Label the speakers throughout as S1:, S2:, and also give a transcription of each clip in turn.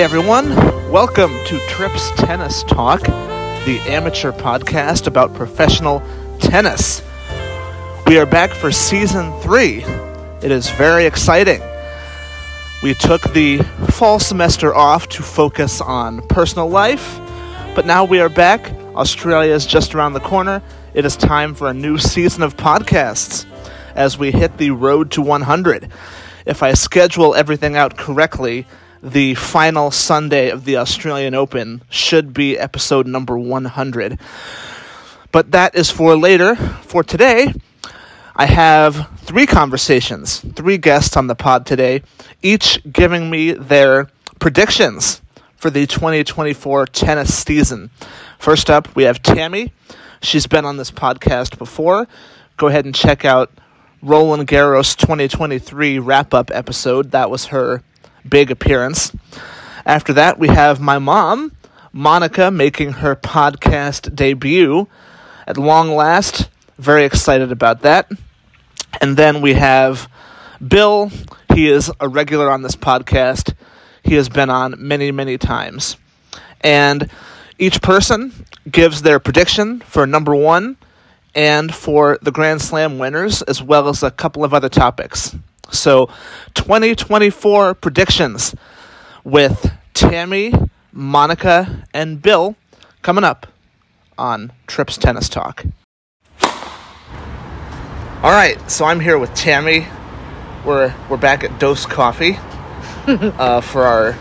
S1: everyone. Welcome to Trips Tennis Talk, the amateur podcast about professional tennis. We are back for season three. It is very exciting. We took the fall semester off to focus on personal life, but now we are back. Australia is just around the corner. It is time for a new season of podcasts as we hit the road to 100. If I schedule everything out correctly, the final Sunday of the Australian Open should be episode number 100. But that is for later. For today, I have three conversations, three guests on the pod today, each giving me their predictions for the 2024 tennis season. First up, we have Tammy. She's been on this podcast before. Go ahead and check out Roland Garros 2023 wrap up episode. That was her big appearance. After that, we have my mom, Monica, making her podcast debut at long last. Very excited about that. And then we have Bill. He is a regular on this podcast. He has been on many, many times. And each person gives their prediction for number one and for the Grand Slam winners, as well as a couple of other topics. So, 2024 predictions with Tammy, Monica, and Bill coming up on Trips Tennis Talk. All right, so I'm here with Tammy. We're we're back at Dose Coffee uh, for our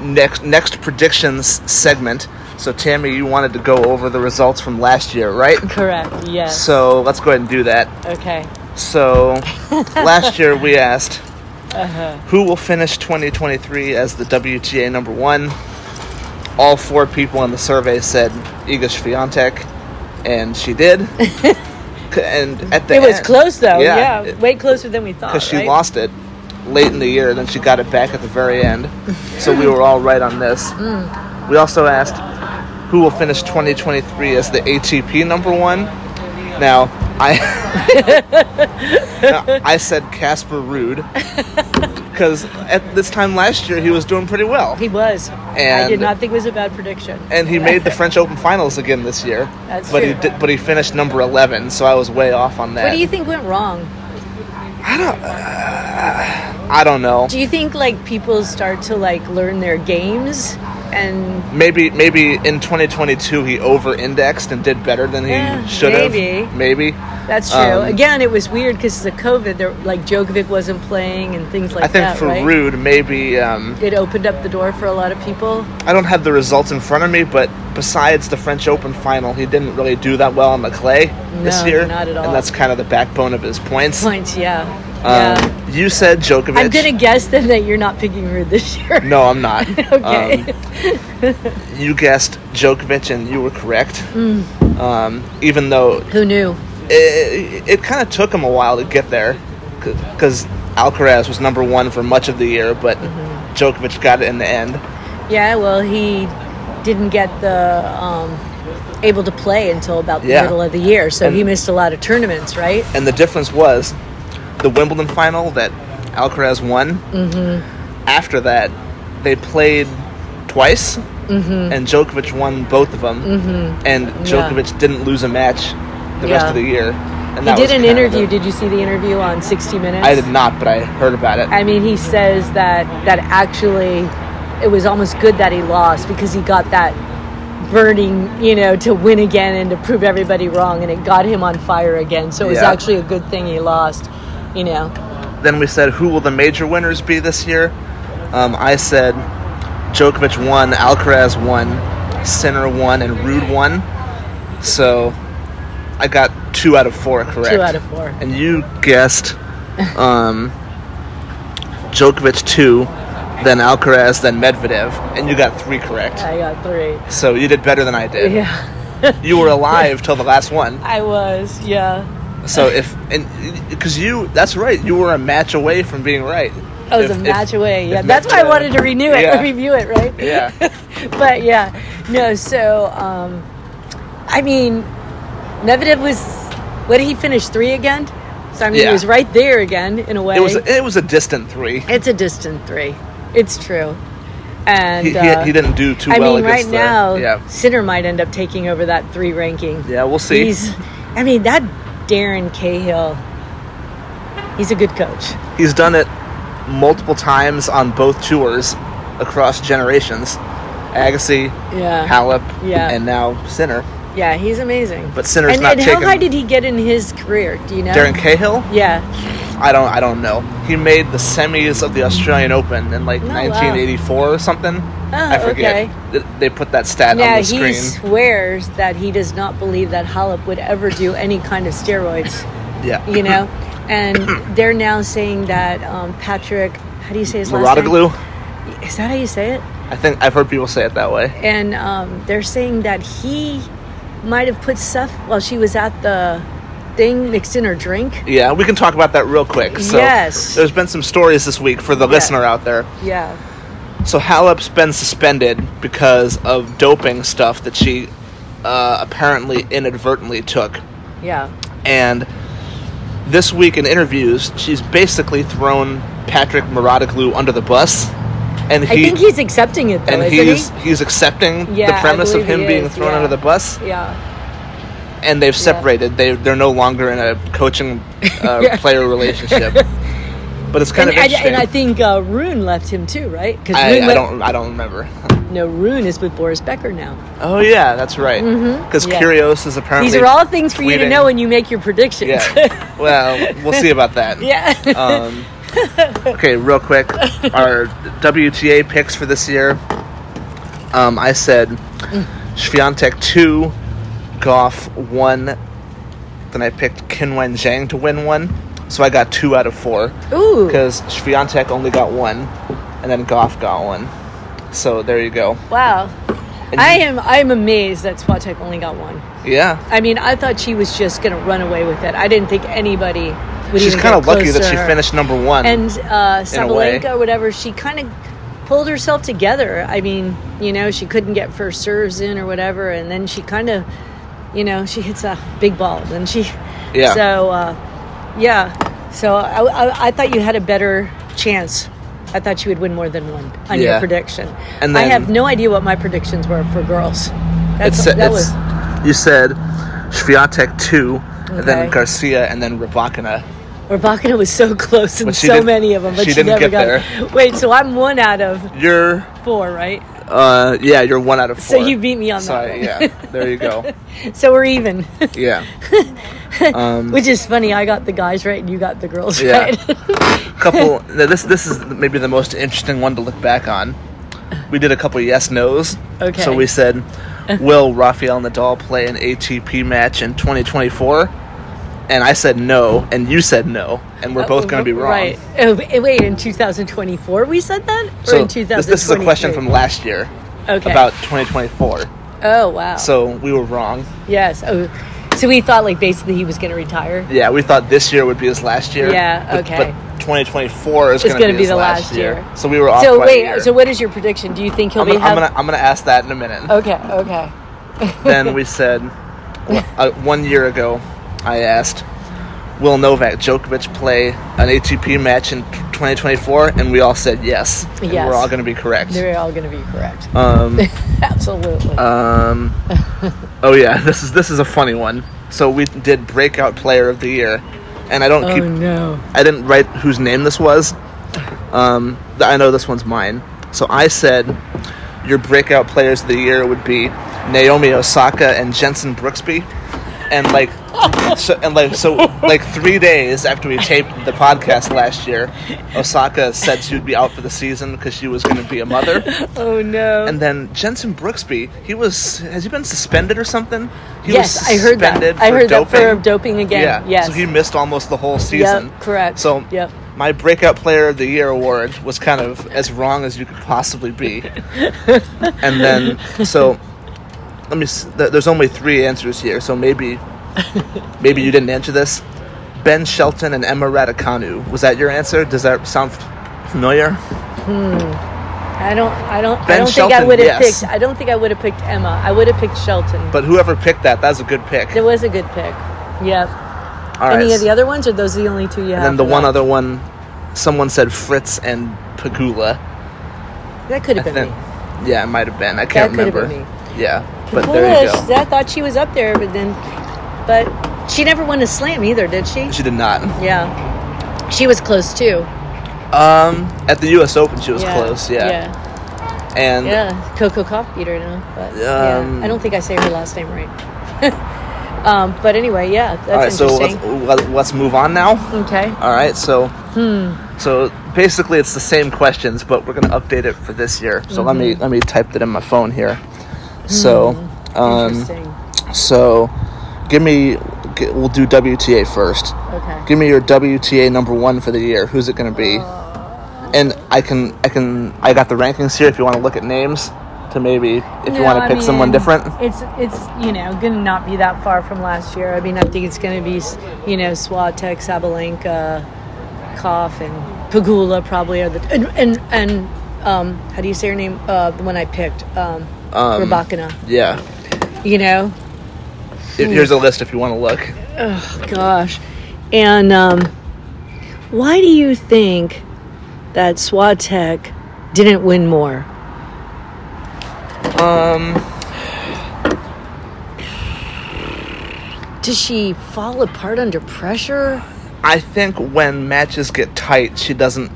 S1: next next predictions segment. So Tammy, you wanted to go over the results from last year, right?
S2: Correct, yes.
S1: So let's go ahead and do that.
S2: Okay.
S1: So last year we asked
S2: Uh-huh.
S1: who will finish 2023 as the WTA number one. All four people in the survey said Iga Swiatek, and she did. and at the
S2: It was
S1: end-
S2: close though,
S1: yeah,
S2: yeah.
S1: it-
S2: Way closer than we thought.
S1: because she
S2: right?
S1: lost it late in the year, and then she got it back at the very end. so we were all right on this.
S2: Mm.
S1: We also asked who will finish 2023 as the ATP number one. Now I, Now, I said Casper Ruud because at this time last year he was doing pretty well,
S2: He was. I
S1: And-
S2: did not think it was a bad prediction.
S1: and he made the French Open finals again this year.
S2: That's
S1: but he
S2: true.
S1: did, but he finished number 11, so I was way off on that.
S2: What do you think went wrong?
S1: I don't know.
S2: Do you think like people start to like learn their games and
S1: Maybe maybe in 2022 he over-indexed and did better than he
S2: Yeah,
S1: should
S2: maybe.
S1: have. Maybe.
S2: that's true.
S1: Um,
S2: Again, it was weird because of the COVID. There, like Djokovic wasn't playing and things like
S1: I think
S2: that.
S1: for
S2: right?
S1: Rude, maybe um,
S2: it opened up the door for a lot of people.
S1: I don't have the results in front of me, but besides the French Open final, he didn't really do that well on the clay this
S2: No,
S1: year,
S2: not at all.
S1: and that's kind of the backbone of his points.
S2: Points, yeah.
S1: Um,
S2: yeah.
S1: You said Djokovic.
S2: I'm gonna guess then that you're not picking Rude this year.
S1: No, I'm not.
S2: okay.
S1: Um, you guessed Djokovic, and you were correct.
S2: Mm.
S1: Um, even though
S2: Who knew?
S1: it, it kind of took him a while to get there because Alcaraz was number one for much of the year, but
S2: Mm-hmm.
S1: Djokovic got it in the end.
S2: Yeah, well, he didn't get the um, able to play until about the
S1: Yeah.
S2: middle of the year, so he
S1: And-
S2: missed a lot of tournaments, right?
S1: And the difference was the Wimbledon final that Alcaraz won. Mm-hmm. After that, they played twice,
S2: Mm-hmm.
S1: and Djokovic won both of them. Mm-hmm. And Djokovic didn't lose a match the rest
S2: Yeah.
S1: of the year. And
S2: He
S1: that
S2: did
S1: was
S2: an
S1: kind of
S2: interview.
S1: the-
S2: Did you see the interview on 60 Minutes?
S1: I did not, but I heard about it.
S2: I mean, he says that that actually it was almost good that he lost because he got that burning, you know, to win again and to prove everybody wrong, and it got him on fire again. So it was
S1: Yeah.
S2: actually a good thing he lost, you know.
S1: Then we said, who will the major winners be this year? Um, I said, Djokovic won, Alcaraz won, Sinner won, and Rude won. So I got two out of four correct.
S2: Two out of four.
S1: And you guessed um, Djokovic two, then Alcaraz, then Medvedev, and you got three correct.
S2: I got three.
S1: So you did better than I did.
S2: Yeah.
S1: You were alive till the last one.
S2: I was, yeah.
S1: So if and because you, that's right, you were a match away from being right.
S2: I Oh, was
S1: If-
S2: a
S1: if-
S2: match away. Yeah,
S1: if
S2: that's why I
S1: Medvedev-
S2: wanted to renew it,
S1: Yeah.
S2: review it, right?
S1: Yeah.
S2: but yeah, no. So, um, I mean, Medvedev was. What did he finish three again? So I mean,
S1: Yeah.
S2: he was right there again in a way.
S1: It was it was a distant three.
S2: it's a distant three. It's true. And
S1: He, he,
S2: uh,
S1: he didn't do too
S2: I
S1: well
S2: mean, right
S1: against the-
S2: now,
S1: yeah.
S2: Sinner might end up taking over that three ranking.
S1: Yeah, we'll see.
S2: He's, I mean, that Darren Cahill, he's a good coach.
S1: He's done it multiple times on both tours across generations. Agassi,
S2: Yeah.
S1: Halep,
S2: Uh, Yeah.
S1: and now Sinner.
S2: Yeah, he's amazing.
S1: But Sinner's
S2: and,
S1: not
S2: and
S1: taken.
S2: how high did he get in his career? Do you know?
S1: Darren Cahill?
S2: Yeah.
S1: I don't I don't know. He made the semis of the Australian Open in like
S2: Oh, wow. Oh,
S1: 1984 or something. I forget. Th- They put that stat
S2: Now
S1: on the
S2: he
S1: screen.
S2: swears that he does not believe that Halep would ever do any kind of steroids.
S1: yeah.
S2: You know, and they're now saying that um, Patrick. How do you say his last name?
S1: Marotta
S2: Is that how you say it?
S1: I think I've heard people say it that way.
S2: and um, they're saying that he might have put stuff while she was at the thing mixed in her drink.
S1: Yeah, we can talk about that real quick. So
S2: Yes.
S1: there's been some stories this week for the listener out there.
S2: Yeah,
S1: So Halep's been suspended because of doping stuff that she uh, apparently inadvertently took.
S2: yeah,
S1: And this week in interviews, she's basically thrown Patrick Maradoglu under the bus. And he
S2: I think he's accepting it though,
S1: and
S2: isn't
S1: he's he's accepting
S2: Yeah,
S1: the
S2: I
S1: premise of
S2: believe
S1: him
S2: he
S1: being
S2: is,
S1: thrown
S2: yeah.
S1: under the bus
S2: he? Yeah,
S1: and they've separated they they're no longer in a coaching uh,
S2: Yeah.
S1: player relationship but it's kind
S2: and,
S1: of
S2: I,
S1: interesting
S2: and I think uh, Rune left him too, right? Because
S1: I, I don't I don't remember
S2: No, Rune is with Boris Becker now.
S1: oh yeah that's right because
S2: Mm-hmm. Yeah.
S1: Curios is apparently
S2: These are all things for you to
S1: tweeting-
S2: know when you make your predictions.
S1: yeah well we'll see about that
S2: yeah.
S1: um, okay real quick our WTA picks for this year um, I said
S2: Mm.
S1: Sviantek 2 Goff 1 then I picked Kinwen Zhang to win 1 so I got 2 out of 4
S2: Ooh.
S1: because Sviantek only got 1 and then Goff got 1 so there you go
S2: Wow.
S1: And
S2: I
S1: you-
S2: am. I am amazed that Swatek only got one.
S1: yeah
S2: I mean, I thought she was just going to run away with it. I didn't think anybody would
S1: she's
S2: even
S1: kind of
S2: get
S1: lucky
S2: close
S1: that
S2: to
S1: she
S2: her.
S1: finished number 1
S2: And uh,
S1: in a way.
S2: Sabalenka or whatever, she kind of pulled herself together. I mean, you know, she couldn't get first serves in or whatever, and then she kind of, you know, she hits a big ball. Then she,
S1: Yeah.
S2: So, uh, yeah. So I, I, I thought you had a better chance. I thought you would win more than one on
S1: Yeah.
S2: your prediction.
S1: And
S2: I
S1: then-
S2: have no idea what my predictions were for girls. That's,
S1: it's,
S2: that
S1: it's,
S2: was
S1: you said Sviatek 2 and then
S2: Okay.
S1: Garcia and then Rabakina
S2: Rabakina was so close in
S1: But she
S2: so
S1: didn't-
S2: many of them, but
S1: she
S2: she,
S1: didn't
S2: never
S1: get
S2: got
S1: there.
S2: it. Wait, so I'm one out of
S1: you're
S2: four, right?
S1: Uh, yeah, you're one out of
S2: So
S1: four.
S2: you beat me on that
S1: Sorry,
S2: one.
S1: yeah. There you go.
S2: So we're even,
S1: Yeah. Um,
S2: which is funny. I got the guys right, and you got the girls
S1: Yeah.
S2: right.
S1: couple. now This this is maybe the most interesting one to look back on. We did a couple yes nos.
S2: Okay.
S1: So we said, will Rafael Nadal play an ATP match in 2024? And I said no, and you said no, and we're both going to be wrong.
S2: Right? Oh, b- wait, in 2024 we said that, or
S1: So
S2: in
S1: this, this is a question from last year
S2: 2023? okay.
S1: about 2024.
S2: oh wow.
S1: So we were wrong.
S2: yes. Oh, so we thought like basically he was going to retire.
S1: Yeah, we thought this year would be his last year.
S2: Yeah,
S1: but-
S2: okay.
S1: But 2024 is
S2: It's
S1: going to
S2: gonna
S1: be, his the last, year. So we were off.
S2: So
S1: by a
S2: wait,
S1: year.
S2: so what is your prediction? Do you think he'll
S1: I'm gonna,
S2: be? hap-
S1: I'm gonna I'm gonna ask that in a minute.
S2: okay. Okay.
S1: Then we said well, uh, one year ago, I asked, will Novak Djokovic play an ATP match in 2024? And we all said yes. And
S2: Yes.
S1: We're all going to be correct.
S2: They're all going to be correct.
S1: Um.
S2: Absolutely.
S1: Um, oh yeah, this is this is a funny one. So we did breakout player of the year, and I don't
S2: oh
S1: keep
S2: no.
S1: I didn't write whose name this was. Um, th- I know this one's mine. So I said your breakout players of the year would be Naomi Osaka and Jensen Brooksby, and like, so, and like, so like three days after we taped the podcast last year, Osaka said she would be out for the season because she was going to be a mother.
S2: Oh no.
S1: And then Jensen Brooksby, he was has he been suspended or something? He
S2: yes, I heard that. I heard that for doping again.
S1: Yeah.
S2: Yes.
S1: So he missed almost the whole season.
S2: Yep, correct.
S1: So
S2: Yep.
S1: my breakout player of the year award was kind of as wrong as you could possibly be. and then so let me s- th- there's only 3 answers here. So maybe maybe you didn't answer this. Ben Shelton and Emma Raducanu. Was that your answer? Does that sound f- familiar?
S2: I don't. I don't.
S1: Ben
S2: I don't think
S1: Shelton,
S2: I would have
S1: yes.
S2: picked. I don't think I would have picked Emma. I would have picked Shelton.
S1: But whoever picked that, that was a good pick.
S2: it was a good pick. Yep.
S1: All right.
S2: Any of the other ones? Or those are the only two you
S1: And
S2: have?
S1: then the
S2: for
S1: one
S2: that?
S1: other one, someone said Fritz and Pagula.
S2: That could have been
S1: I think-
S2: me.
S1: Yeah, it might have been. I can't
S2: could have
S1: remember.
S2: been
S1: Yeah, but
S2: Foolish.
S1: there you go.
S2: I thought she was up there, but then, but she never won a slam either, did she?
S1: She did not.
S2: Yeah, she was close too.
S1: Um, at the U.S. Open, she was
S2: yeah.
S1: close. Yeah,
S2: yeah,
S1: and
S2: yeah. Coco Koff beat her now, but
S1: Um,
S2: yeah. I don't think I say her last name right. um, but anyway, yeah, that's
S1: all right. So let's,
S2: interesting.
S1: let- let's move on now.
S2: okay.
S1: All right. So,
S2: Hmm.
S1: so basically, it's the same questions, but we're gonna update it for this year. So let
S2: Mm-hmm.
S1: me let me type that in my phone here. So,
S2: Hmm.
S1: um,
S2: interesting.
S1: so give me. g we'll do WTA first.
S2: Okay.
S1: Give me your WTA number one for the year. Who's it going to be?
S2: Uh,
S1: and I can, I can, I got the rankings here. If you want to look at names, to maybe if you
S2: No,
S1: want to
S2: I
S1: pick someone
S2: mean,
S1: different.
S2: It's it's you know gonna not be that far from last year. I mean, I think it's gonna be s- you know Swatek, Sabalenka, Koff, and Pagula probably are the and and, and um, how do you say her name? Uh, the one I picked, um,
S1: Um,
S2: Rybakina.
S1: Yeah.
S2: You know,
S1: Here-
S2: Hmm.
S1: Here's a list if you want to look.
S2: oh gosh, and um, why do you think that Swatek didn't win more?
S1: Um,
S2: Does she fall apart under pressure?
S1: I think when matches get tight, she doesn't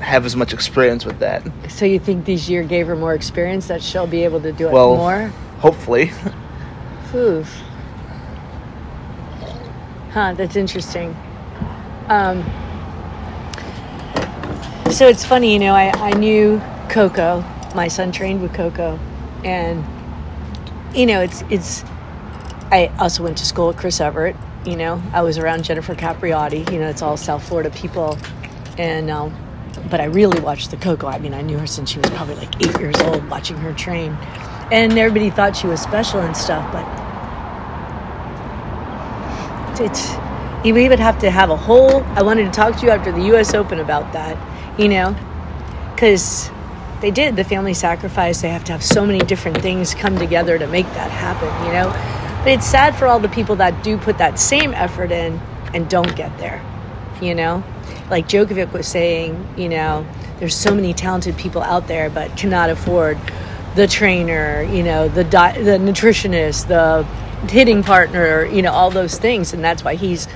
S1: have as much experience with that.
S2: So you think this year gave her more experience that she'll be able to do it
S1: Well,
S2: more?
S1: hopefully.
S2: Oof. Huh, that's interesting. Um, so it's funny, you know, I, I knew Coco. My son trained with Coco. And, you know, it's, it's, I also went to school at Chris Everett. You know, I was around Jennifer Capriati. You know, it's all South Florida people, and um, but I really watched the Coco. I mean, I knew her since she was probably like eight years old, watching her train, and everybody thought she was special and stuff. But it's we would have to have a whole. I wanted to talk to you after the U.S. Open about that. You know, because they did the family sacrifice they have to have so many different things come together to make that happen you know but it's sad for all the people that do put that same effort in and don't get there you know like Djokovic was saying you know there's so many talented people out there but cannot afford the trainer you know the di- the nutritionist the hitting partner you know all those things and that's why he's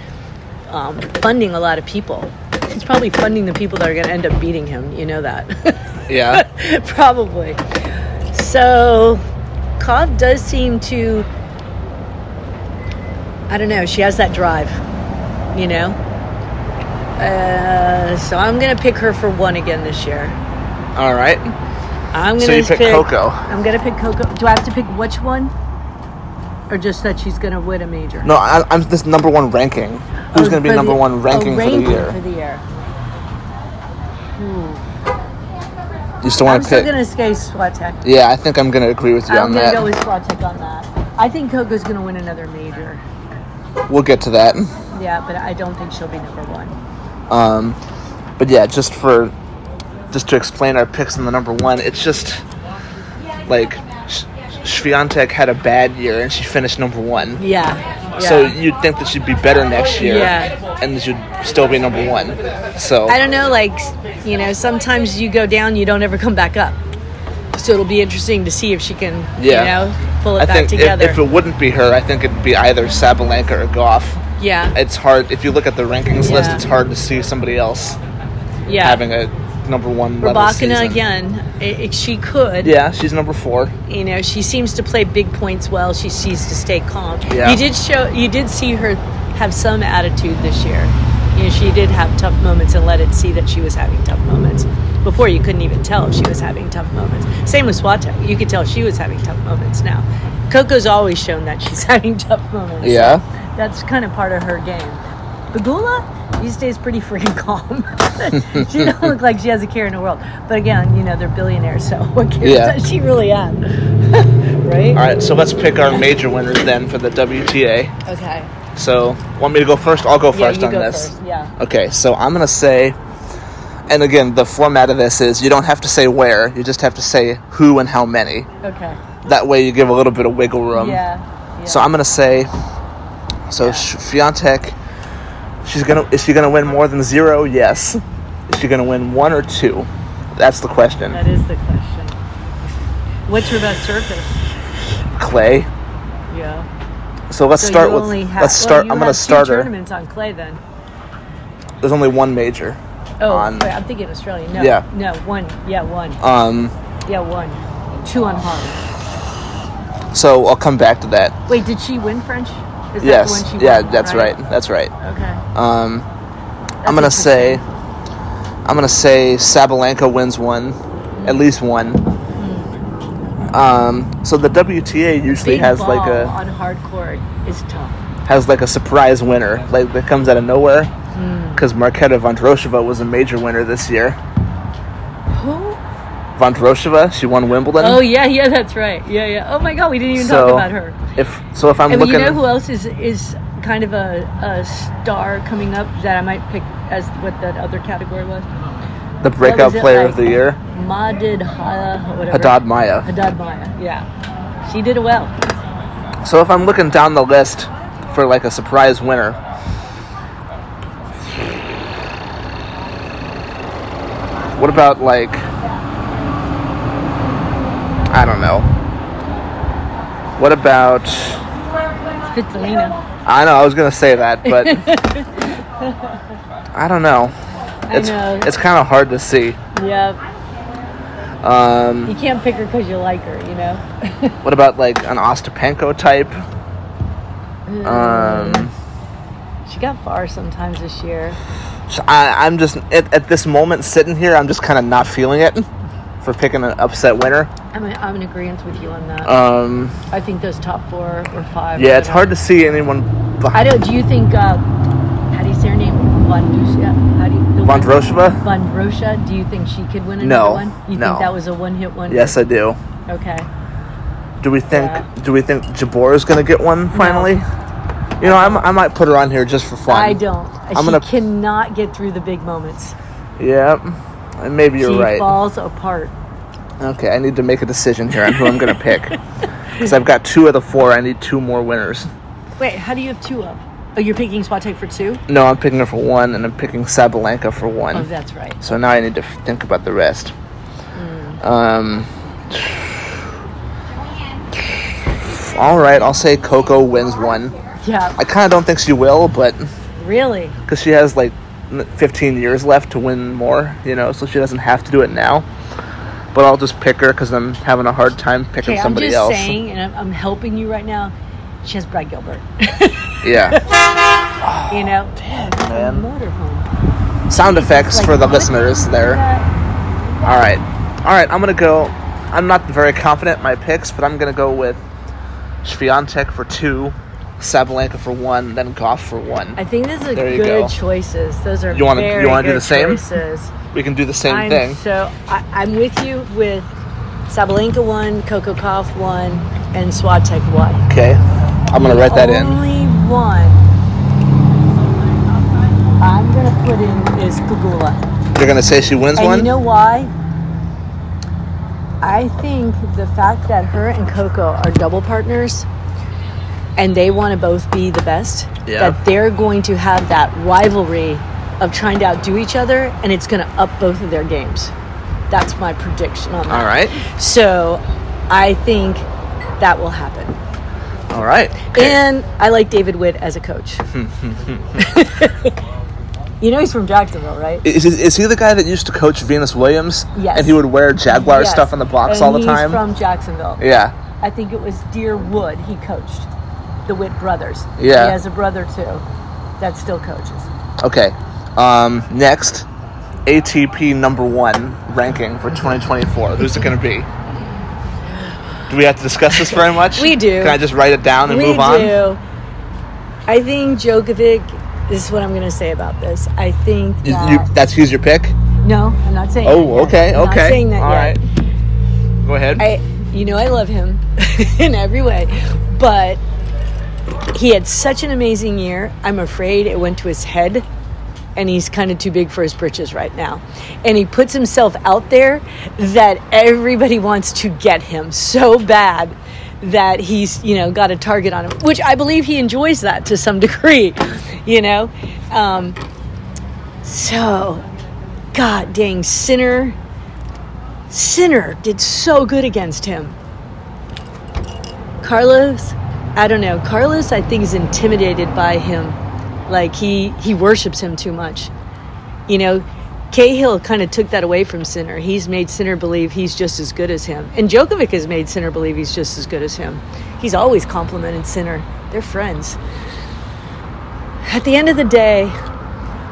S2: um, funding a lot of people he's probably funding the people that are going to end up beating him you know that
S1: Yeah.
S2: probably. So, Cobb does seem to. I don't know. She has that drive, you know. Uh, so I'm gonna pick her for one again this year.
S1: All right.
S2: I'm gonna
S1: So you pick Coco.
S2: I'm gonna pick Coco. Do I have to pick which one, or just that she's gonna win a major?
S1: No, I, I'm this number one ranking. Who's
S2: Oh,
S1: going to be
S2: for
S1: number
S2: the-
S1: one
S2: oh,
S1: ranking, for the year?
S2: For the year.
S1: you still
S2: I'm
S1: want to
S2: still
S1: pick?
S2: gonna say Swatek.
S1: Yeah, I think I'm going to agree with you
S2: I'm
S1: on
S2: gonna
S1: that.
S2: go with Swatek on that. I think Coco's gonna win another major.
S1: we'll get to that.
S2: Yeah, but I don't think she'll be number one.
S1: Um, but yeah, just for just to explain our picks in the number one, it's just like Sh- Sviantek had a bad year and she finished number one.
S2: Yeah.
S1: So you'd think that she'd be better next year,
S2: Yeah.
S1: and she'd still be number one. So
S2: I don't know, like you know, sometimes you go down, you don't ever come back up. So it'll be interesting to see if she can,
S1: Yeah.
S2: you know, pull it
S1: I
S2: back
S1: think if,
S2: together.
S1: if it wouldn't be her, I think it'd be either Sabalenka or Goff.
S2: yeah,
S1: It's hard if you look at the rankings list.
S2: Yeah.
S1: It's hard to see somebody else
S2: yeah.
S1: having a number one. level season.
S2: Rabakina again, i- i- she could.
S1: Yeah, she's number four.
S2: You know, she seems to play big points well. She seems to stay calm.
S1: Yeah.
S2: You did show, you did see her have some attitude this year. You know, she did have tough moments and let it see that she was having tough moments. Before, you couldn't even tell she was having tough moments. Same with Swatek. You could tell she was having tough moments now. Coco's always shown that she's having tough moments.
S1: Yeah.
S2: That's kind of part of her game. Bagula, these days, pretty freaking calm. she don't look like she has a care in the world. But again, you know, they're billionaires, so what cares?
S1: Yeah.
S2: does she really had? right?
S1: All right, so let's pick our major winners then for the WTA.
S2: Okay.
S1: So, want me to go first? I'll go
S2: yeah,
S1: first
S2: you
S1: on
S2: go
S1: this.
S2: first. Yeah.
S1: Okay, so I'm gonna say, and again, the format of this is you don't have to say where, you just have to say who and how many.
S2: Okay.
S1: That way, you give a little bit of wiggle room.
S2: yeah. yeah.
S1: Um, So I'm gonna say, so
S2: Yeah.
S1: Sh Fiontek, she's gonna is she gonna win more than zero? Yes. Is she gonna win one or two? That's the question.
S2: That is the question. What's your best surface?
S1: Clay.
S2: Yeah.
S1: So let's
S2: So
S1: start
S2: you
S1: with.
S2: only ha-
S1: let's
S2: well,
S1: start.
S2: you
S1: I'm gonna
S2: have two
S1: start her.
S2: tournaments on clay then.
S1: There's only one major.
S2: Oh,
S1: on-
S2: wait, I'm thinking Australia. No,
S1: Yeah.
S2: no, one. Yeah, one.
S1: Um.
S2: Yeah, one. Two on hard.
S1: So I'll come back to that.
S2: Wait, did she win French? Is
S1: yes.
S2: that the one she
S1: yeah.
S2: won,
S1: that's right. That's right.
S2: Okay.
S1: Um.
S2: That's
S1: I'm gonna say.
S2: interesting.
S1: I'm gonna say Sabalenka wins one, at least one. Um. So the WTA usually
S2: Hmm. Big
S1: has like
S2: ball
S1: a.
S2: on hard court is tough.
S1: has like a surprise winner, like that comes out of nowhere.
S2: Hmm.
S1: Because Marketa Vondroshova was a major winner this year.
S2: Who?
S1: Um, Vondroshova, she won Wimbledon.
S2: Oh yeah, yeah, that's right. Yeah, yeah. Oh my God, we didn't even talk about her.
S1: If so, if I'm
S2: And
S1: looking,
S2: you know who else is is kind of a, a star coming up that I might pick as what that other category was?
S1: the breakout
S2: was it
S1: player
S2: like?
S1: of the year,
S2: Madid Hala, whatever.
S1: Haddad Maya.
S2: Haddad Maya. Yeah, she did it well.
S1: So if I'm looking down the list for like a surprise winner, what about like I don't know. What about
S2: Spitzalina.
S1: I know I was gonna say that, but I don't know. It's
S2: know.
S1: it's kind of hard to see.
S2: Yeah,
S1: Um,
S2: you can't pick her because you like her, you know.
S1: what about like an Ostapenko type? Um,
S2: She got far sometimes this year.
S1: so I, I'm just at, at this moment sitting here. I'm just kind of not feeling it for picking an upset winner.
S2: I'm in, I'm in agreement with you on that.
S1: Um,
S2: I think those top four or five.
S1: yeah, it's
S2: are-
S1: hard to see anyone
S2: I
S1: behind
S2: don't. Do you think? Uh, how do you say her name? Vondrusha. How do you? The one-
S1: Vondroshova.
S2: Vondrosha. Do you think she could win another
S1: No,
S2: one? You
S1: no.
S2: think that was a one-hit wonder?
S1: Yes, I do.
S2: Okay.
S1: Do we think
S2: Yeah.
S1: Do we think Jabor is gonna get one finally? You know, I'm, I might put her on here just for fun.
S2: I don't. she
S1: gonna-
S2: cannot get through the big moments.
S1: Yep. And Maybe you're
S2: she
S1: right.
S2: falls apart.
S1: Okay, I need to make a decision here on who I'm going to pick. Because I've got two of the four. I need two more winners.
S2: Wait, how do you have two up? Oh, you're picking Swatek for two?
S1: No, I'm picking her for one, and I'm picking Sabalenka for one.
S2: Oh, that's right.
S1: so now I need to f- think about the rest. Um, all right, I'll say Coco wins one.
S2: Yeah.
S1: I kind of don't think she will, but
S2: really?
S1: because she has like n- 15 years left to win more, you know, so she doesn't have to do it now. But I'll just pick her because I'm having a hard time picking
S2: Okay, I'm
S1: somebody
S2: just
S1: else.
S2: saying, and I'm, I'm helping you right now. She has Brad Gilbert.
S1: Yeah.
S2: you know? Damn, Motorhome.
S1: sound effects
S2: Like,
S1: for the
S2: what?
S1: listeners there. All right. All right, I'm going to go I'm not very confident in my picks, but I'm going to go with Sviantek for 2, Sabalenka for 1, then Goff for 1.
S2: I think those are
S1: There you
S2: good
S1: go.
S2: choices. Those are
S1: You wanna- you
S2: very
S1: wanna do
S2: good
S1: the same?
S2: choices.
S1: We can do the same
S2: I'm
S1: thing.
S2: So I, I'm with you with Sabalenka one, Coco Koff one, and Swatek one.
S1: Okay. I'm going to write that in.
S2: Only one I'm gonna put in is Kugula.
S1: You're going to say she wins
S2: And
S1: one?
S2: you know why? I think the fact that her and Coco are double partners and they want to both be the best,
S1: Yeah.
S2: that they're going to have that rivalry of trying to outdo each other and it's going to up both of their games. That's my prediction on that.
S1: all right.
S2: So I think that will happen.
S1: All right.
S2: And I like David Witt as a coach. you know he's from Jacksonville, right?
S1: Is, is is he the guy that used to coach Venus Williams?
S2: Yes.
S1: And he would wear Jaguar
S2: Yes.
S1: stuff on the box
S2: And
S1: all the
S2: he's
S1: time?
S2: from Jacksonville.
S1: yeah.
S2: I think it was Deerwood he coached, the Witt brothers.
S1: Yeah.
S2: He has a brother too that still coaches.
S1: Okay. Um, next, ATP number one ranking for 2024. Who's it going to be? Do we have to discuss this very much?
S2: We do.
S1: Can I just write it down and
S2: we
S1: move on?
S2: do. I think Djokovic. This is what I'm going to say about this. I think
S1: You-
S2: that
S1: you- that's who's your pick?
S2: no, I'm not saying. that
S1: Oh,
S2: yet.
S1: okay,
S2: I'm
S1: okay.
S2: Not saying that
S1: All
S2: yet.
S1: right. Go ahead.
S2: I, you know, I love him in every way, but he had such an amazing year. I'm afraid it went to his head, and he's kind of too big for his britches right now. And he puts himself out there that everybody wants to get him so bad that he's, you know, got a target on him, which I believe he enjoys that to some degree, you know. Um, so, god dang, sinner Sinner did so good against him. Carlos, I don't know. Carlos, I think, is intimidated by him. Like he he worships him too much. You know, Cahill kind of took that away from Sinner. He's made Sinner believe he's just as good as him, and Djokovic has made Sinner believe he's just as good as him. He's always complimented Sinner. They're friends. At the end of the day,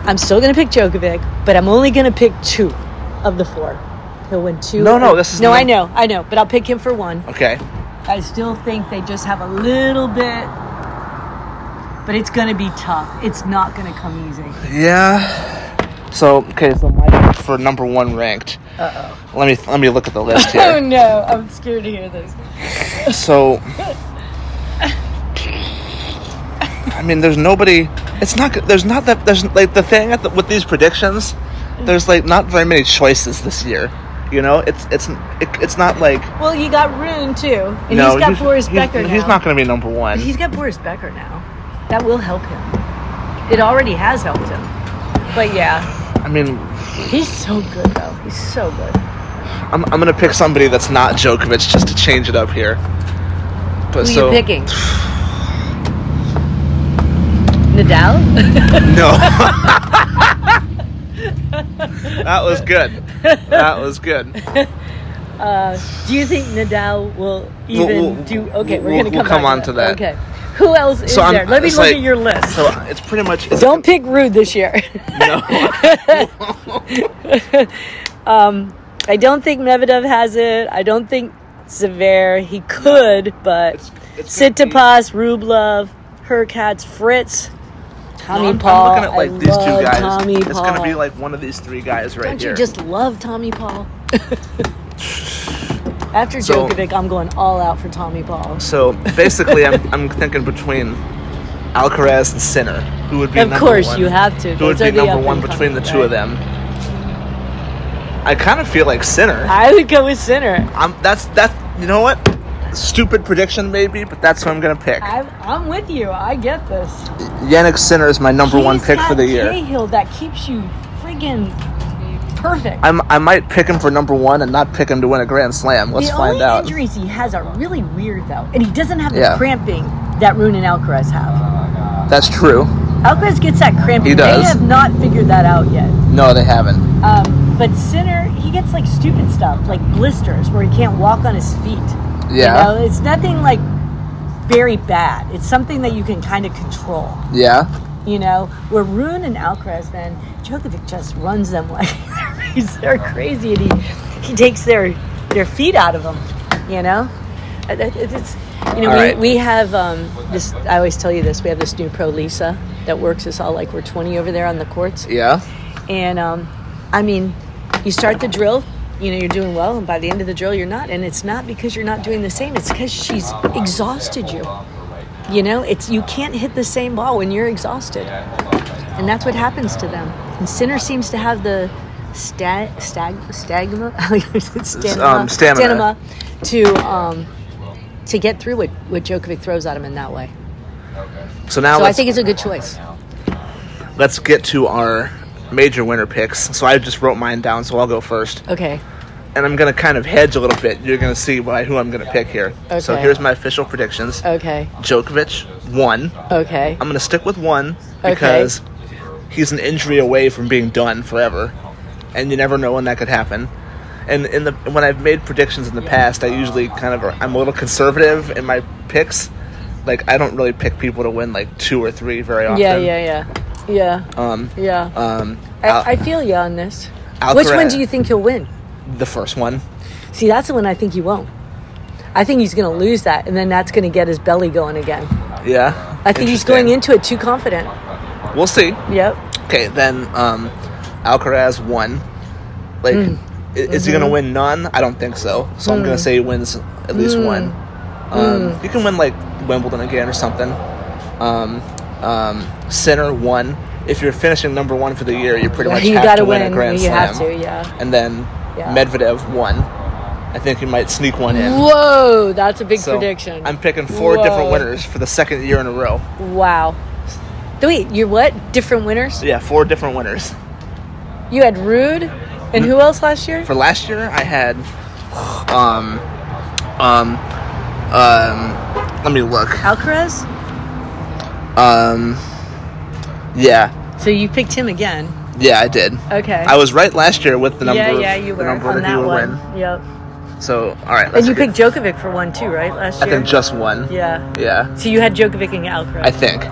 S2: I'm still going to pick Djokovic, but I'm only going to pick two of the four. He'll win two.
S1: No, no, this is
S2: no.
S1: not-
S2: I know, I know, but I'll pick him for one.
S1: Okay.
S2: I still think they just have a little bit, but it's going to be tough. It's not going to come easy.
S1: Yeah. So okay, so my pick for number one ranked. Uh oh. Let me let me look at the list
S2: Oh
S1: here.
S2: no, I'm scared to hear this.
S1: so. I mean, there's nobody. It's not. There's not that. There's like the thing at the, with these predictions. There's like not very many choices this year. You know, it's it's it, it's not like
S2: Well, you got Rune too, and
S1: no.
S2: he's got
S1: he's-
S2: Boris
S1: he's-
S2: Becker now.
S1: He's not going to be number one.
S2: He's got Boris Becker now. That will help him. It already has helped him. But yeah,
S1: I mean,
S2: he's so good though. He's so good.
S1: I'm, I'm going to pick somebody that's not Djokovic just to change it up here. But
S2: Who
S1: Uh, so
S2: you picking? Nadal?
S1: No. that was good. That was good.
S2: Uh, do you think Nadal will
S1: We'll-
S2: even
S1: we'll-
S2: do? Okay, we're
S1: we'll-
S2: gonna
S1: we'll
S2: come,
S1: come
S2: back
S1: on to that.
S2: Okay, who else is
S1: So I'm-
S2: there? Let me
S1: it's
S2: look
S1: like-
S2: at your list.
S1: So uh, it's pretty much. It's,
S2: Don't pick Rude this year.
S1: No.
S2: um, I don't think Medvedev has it. I don't think Zverev. He could, but
S1: It's- it's gonna be-
S2: Sitapas, Rublev, Hercats, Fritz, Tommy
S1: I'm,
S2: Paul.
S1: I'm looking at like
S2: I
S1: these
S2: love
S1: two guys.
S2: Tommy
S1: it's
S2: Paul.
S1: gonna be like one of these three guys right
S2: Don't
S1: here.
S2: you just love Tommy Paul? After
S1: So-
S2: Djokovic, I'm going all out for Tommy Paul.
S1: so basically, I'm, I'm thinking between Alcaraz and Sinner, who would be
S2: Of
S1: number
S2: course,
S1: one.
S2: you have to.
S1: Who would
S2: Those
S1: be
S2: are the
S1: number
S2: up
S1: one
S2: and
S1: between the
S2: coming,
S1: two of
S2: right?
S1: them? I kind of feel like Sinner.
S2: I would go with Sinner.
S1: I'm that's that. You know what? Stupid prediction, maybe, but that's who I'm gonna pick.
S2: I'm, I'm with you. I get this.
S1: Yannick Sinner is my number one
S2: He's
S1: pick for
S2: got
S1: the year.
S2: Cahill that keeps you friggin' perfect.
S1: I'm, I might pick him for number one and not pick him to win a Grand Slam. Let's
S2: the
S1: find
S2: only
S1: out.
S2: injuries he has are really weird though, and he doesn't have the
S1: Yeah.
S2: cramping that Rune and Alcaraz have.
S1: That's true.
S2: Alcaraz gets that cramping.
S1: He does.
S2: They have not figured that out yet.
S1: No, they haven't.
S2: Um, but Sinner, he gets like stupid stuff, like blisters where he can't walk on his feet.
S1: Yeah.
S2: You know, it's nothing like very bad. It's something that you can kind of control.
S1: Yeah.
S2: You know, where Rune and Alcaraz, man, Djokovic just runs them like he's- they're crazy, and he, he takes their their feet out of them. You know, It- it- it's you know
S1: All
S2: we,
S1: right.
S2: we have um, this. I always tell you this. We have this new pro Lisa that works us all like we're twenty over there on the courts,
S1: Yeah.
S2: and um, I mean, you start the drill. You know, you're doing well, and by the end of the drill, you're not. And it's not because you're not doing the same, it's because she's exhausted you. You know, it's you can't hit the same ball when you're exhausted, and that's what happens to them. And Sinner seems to have the stag stag stagma stamina,
S1: Um, stamina.
S2: stamina to um, to get through what what Djokovic throws at him in that way.
S1: So now
S2: So I
S1: let's,
S2: think it's a good choice.
S1: let's get to our major winner picks. So I just wrote mine down, so I'll go first.
S2: Okay.
S1: And I'm going to kind of hedge a little bit. You're going to see why, who I'm going to pick here. So
S2: Okay.
S1: here's my official predictions.
S2: Okay.
S1: Djokovic, one.
S2: Okay.
S1: I'm going to stick with one
S2: Okay.
S1: because he's an injury away from being done forever, and you never know when that could happen. And in the when I've made predictions in the past, I usually kind of I'm a little conservative in my picks. Like I don't really pick people to win like two or three very often.
S2: Yeah. Yeah. Yeah. Yeah.
S1: Um,
S2: Yeah.
S1: um, Al-
S2: I, I feel you on this.
S1: Alcaraz-
S2: Which one do you think he'll win?
S1: the first one.
S2: See, that's the one I think he won't. I think he's going to lose that, and then that's going to get his belly going again.
S1: Yeah.
S2: I think he's
S1: Interesting.
S2: going into it too confident.
S1: We'll see.
S2: Yep.
S1: Okay, then um, Alcaraz won. Like,
S2: Hmm.
S1: i- is he going to
S2: Mm-hmm.
S1: win none? I don't think so. So I'm going to say he wins at least
S2: Hmm.
S1: one. Um, You can win like Wimbledon again or something. Um, um, Sinner won. If you're finishing number one for the year, you pretty much
S2: you
S1: have
S2: got to
S1: to win,
S2: win.
S1: a Grand
S2: you
S1: Slam.
S2: have to, yeah.
S1: And then
S2: Yeah.
S1: Medvedev won. I think he might sneak one in.
S2: Whoa, that's a big
S1: So
S2: prediction.
S1: I'm picking four different
S2: Whoa.
S1: winners for the second year in a row.
S2: wow. Wait, you're what? Different winners?
S1: So yeah, four different winners.
S2: You had Rude, and And who else last year?
S1: For last year, I had, um, um, um, let me look.
S2: Alcaraz.
S1: Um, yeah,
S2: So you picked him again.
S1: yeah, I did.
S2: Okay.
S1: I was right last year with the number.
S2: yeah,
S1: of-
S2: yeah, you
S1: the
S2: were
S1: number
S2: on
S1: that
S2: that
S1: he would
S2: one.
S1: win.
S2: Yep.
S1: So, all right.
S2: And
S1: that's
S2: you
S1: good.
S2: picked Djokovic for one too, right? Last
S1: I
S2: year.
S1: think just one.
S2: Yeah.
S1: Yeah,
S2: So you had Djokovic and Alcaraz.
S1: I think.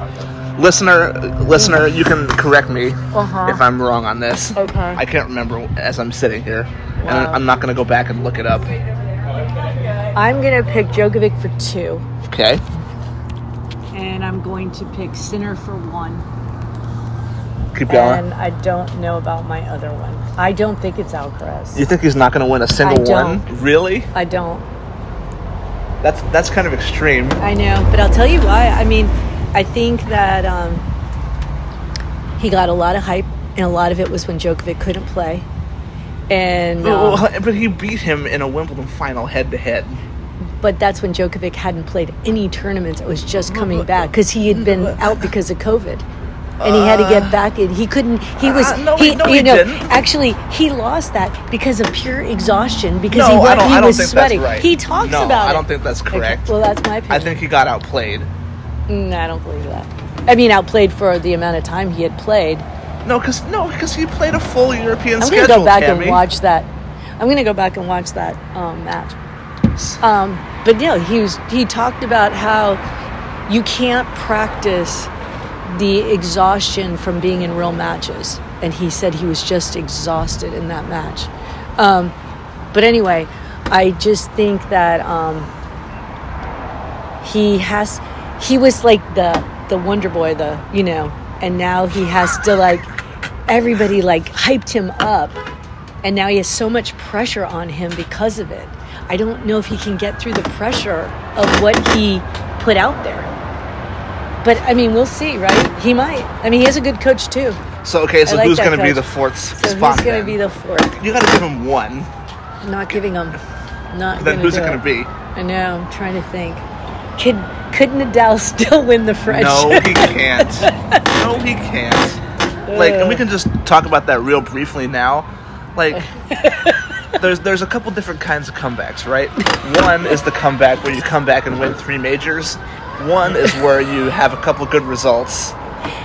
S1: Listener, listener, you can correct me
S2: Uh-huh.
S1: if I'm wrong on this.
S2: Okay.
S1: I can't remember as I'm sitting here, and
S2: Wow.
S1: I'm not gonna go back and look it up.
S2: I'm gonna pick Djokovic for two,
S1: Okay.
S2: and I'm going to pick Sinner for one.
S1: Keep going.
S2: And I don't know about my other one. I don't think it's Alcaraz.
S1: you think he's not gonna win a single
S2: don't.
S1: one? Really?
S2: I don't.
S1: That's that's kind of extreme.
S2: I know, but I'll tell you why. I mean, I think that um, he got a lot of hype, and a lot of it was when Djokovic couldn't play. And uh,
S1: Well, But he beat him in a Wimbledon final head to head.
S2: but that's when Djokovic hadn't played any tournaments. It was just coming back because he had been out because of COVID, and he had to get back. And he couldn't. He was.
S1: Uh, no, he- no, he didn't.
S2: Actually, he lost that because of pure exhaustion because he,
S1: No,
S2: wa-
S1: I don't-
S2: he
S1: I don't
S2: was
S1: think that's
S2: sweating.
S1: right.
S2: He talks
S1: No,
S2: about.
S1: I
S2: it.
S1: don't think that's
S2: Okay,
S1: correct.
S2: Well, that's my
S1: I
S2: opinion.
S1: think he got outplayed.
S2: Mm, I don't believe that. I mean, outplayed for the amount of time he had played.
S1: No, because no, because he played a full European
S2: I'm
S1: schedule.
S2: gonna go back
S1: Tammy.
S2: and watch that. I'm gonna go back and watch that um, match. Um, but no, he was he talked about how you can't practice the exhaustion from being in real matches, and he said he was just exhausted in that match. Um, but anyway, I just think that um, he has he was like the the wonder boy, the you know, and now he has to like everybody like hyped him up and now he has so much pressure on him because of it. I don't know if he can get through the pressure of what he put out there. But I mean, we'll see, right? He might. I mean, he is a good coach too.
S1: So okay, so
S2: like
S1: who's
S2: that
S1: gonna be
S2: coach.
S1: the fourth
S2: So
S1: spot?
S2: he's going
S1: then?
S2: to be the fourth.
S1: You gotta give him one.
S2: I'm not giving him. Not
S1: Then
S2: gonna
S1: who's
S2: do
S1: it gonna be?
S2: I know. I'm trying to think. Could could Nadal still win the French?
S1: No, he can't. no, he can't. Like, and we can just talk about that real briefly now. Like, there's there's a couple different kinds of comebacks, right? One is the comeback where you come back and win three majors. One is where you have a couple good results,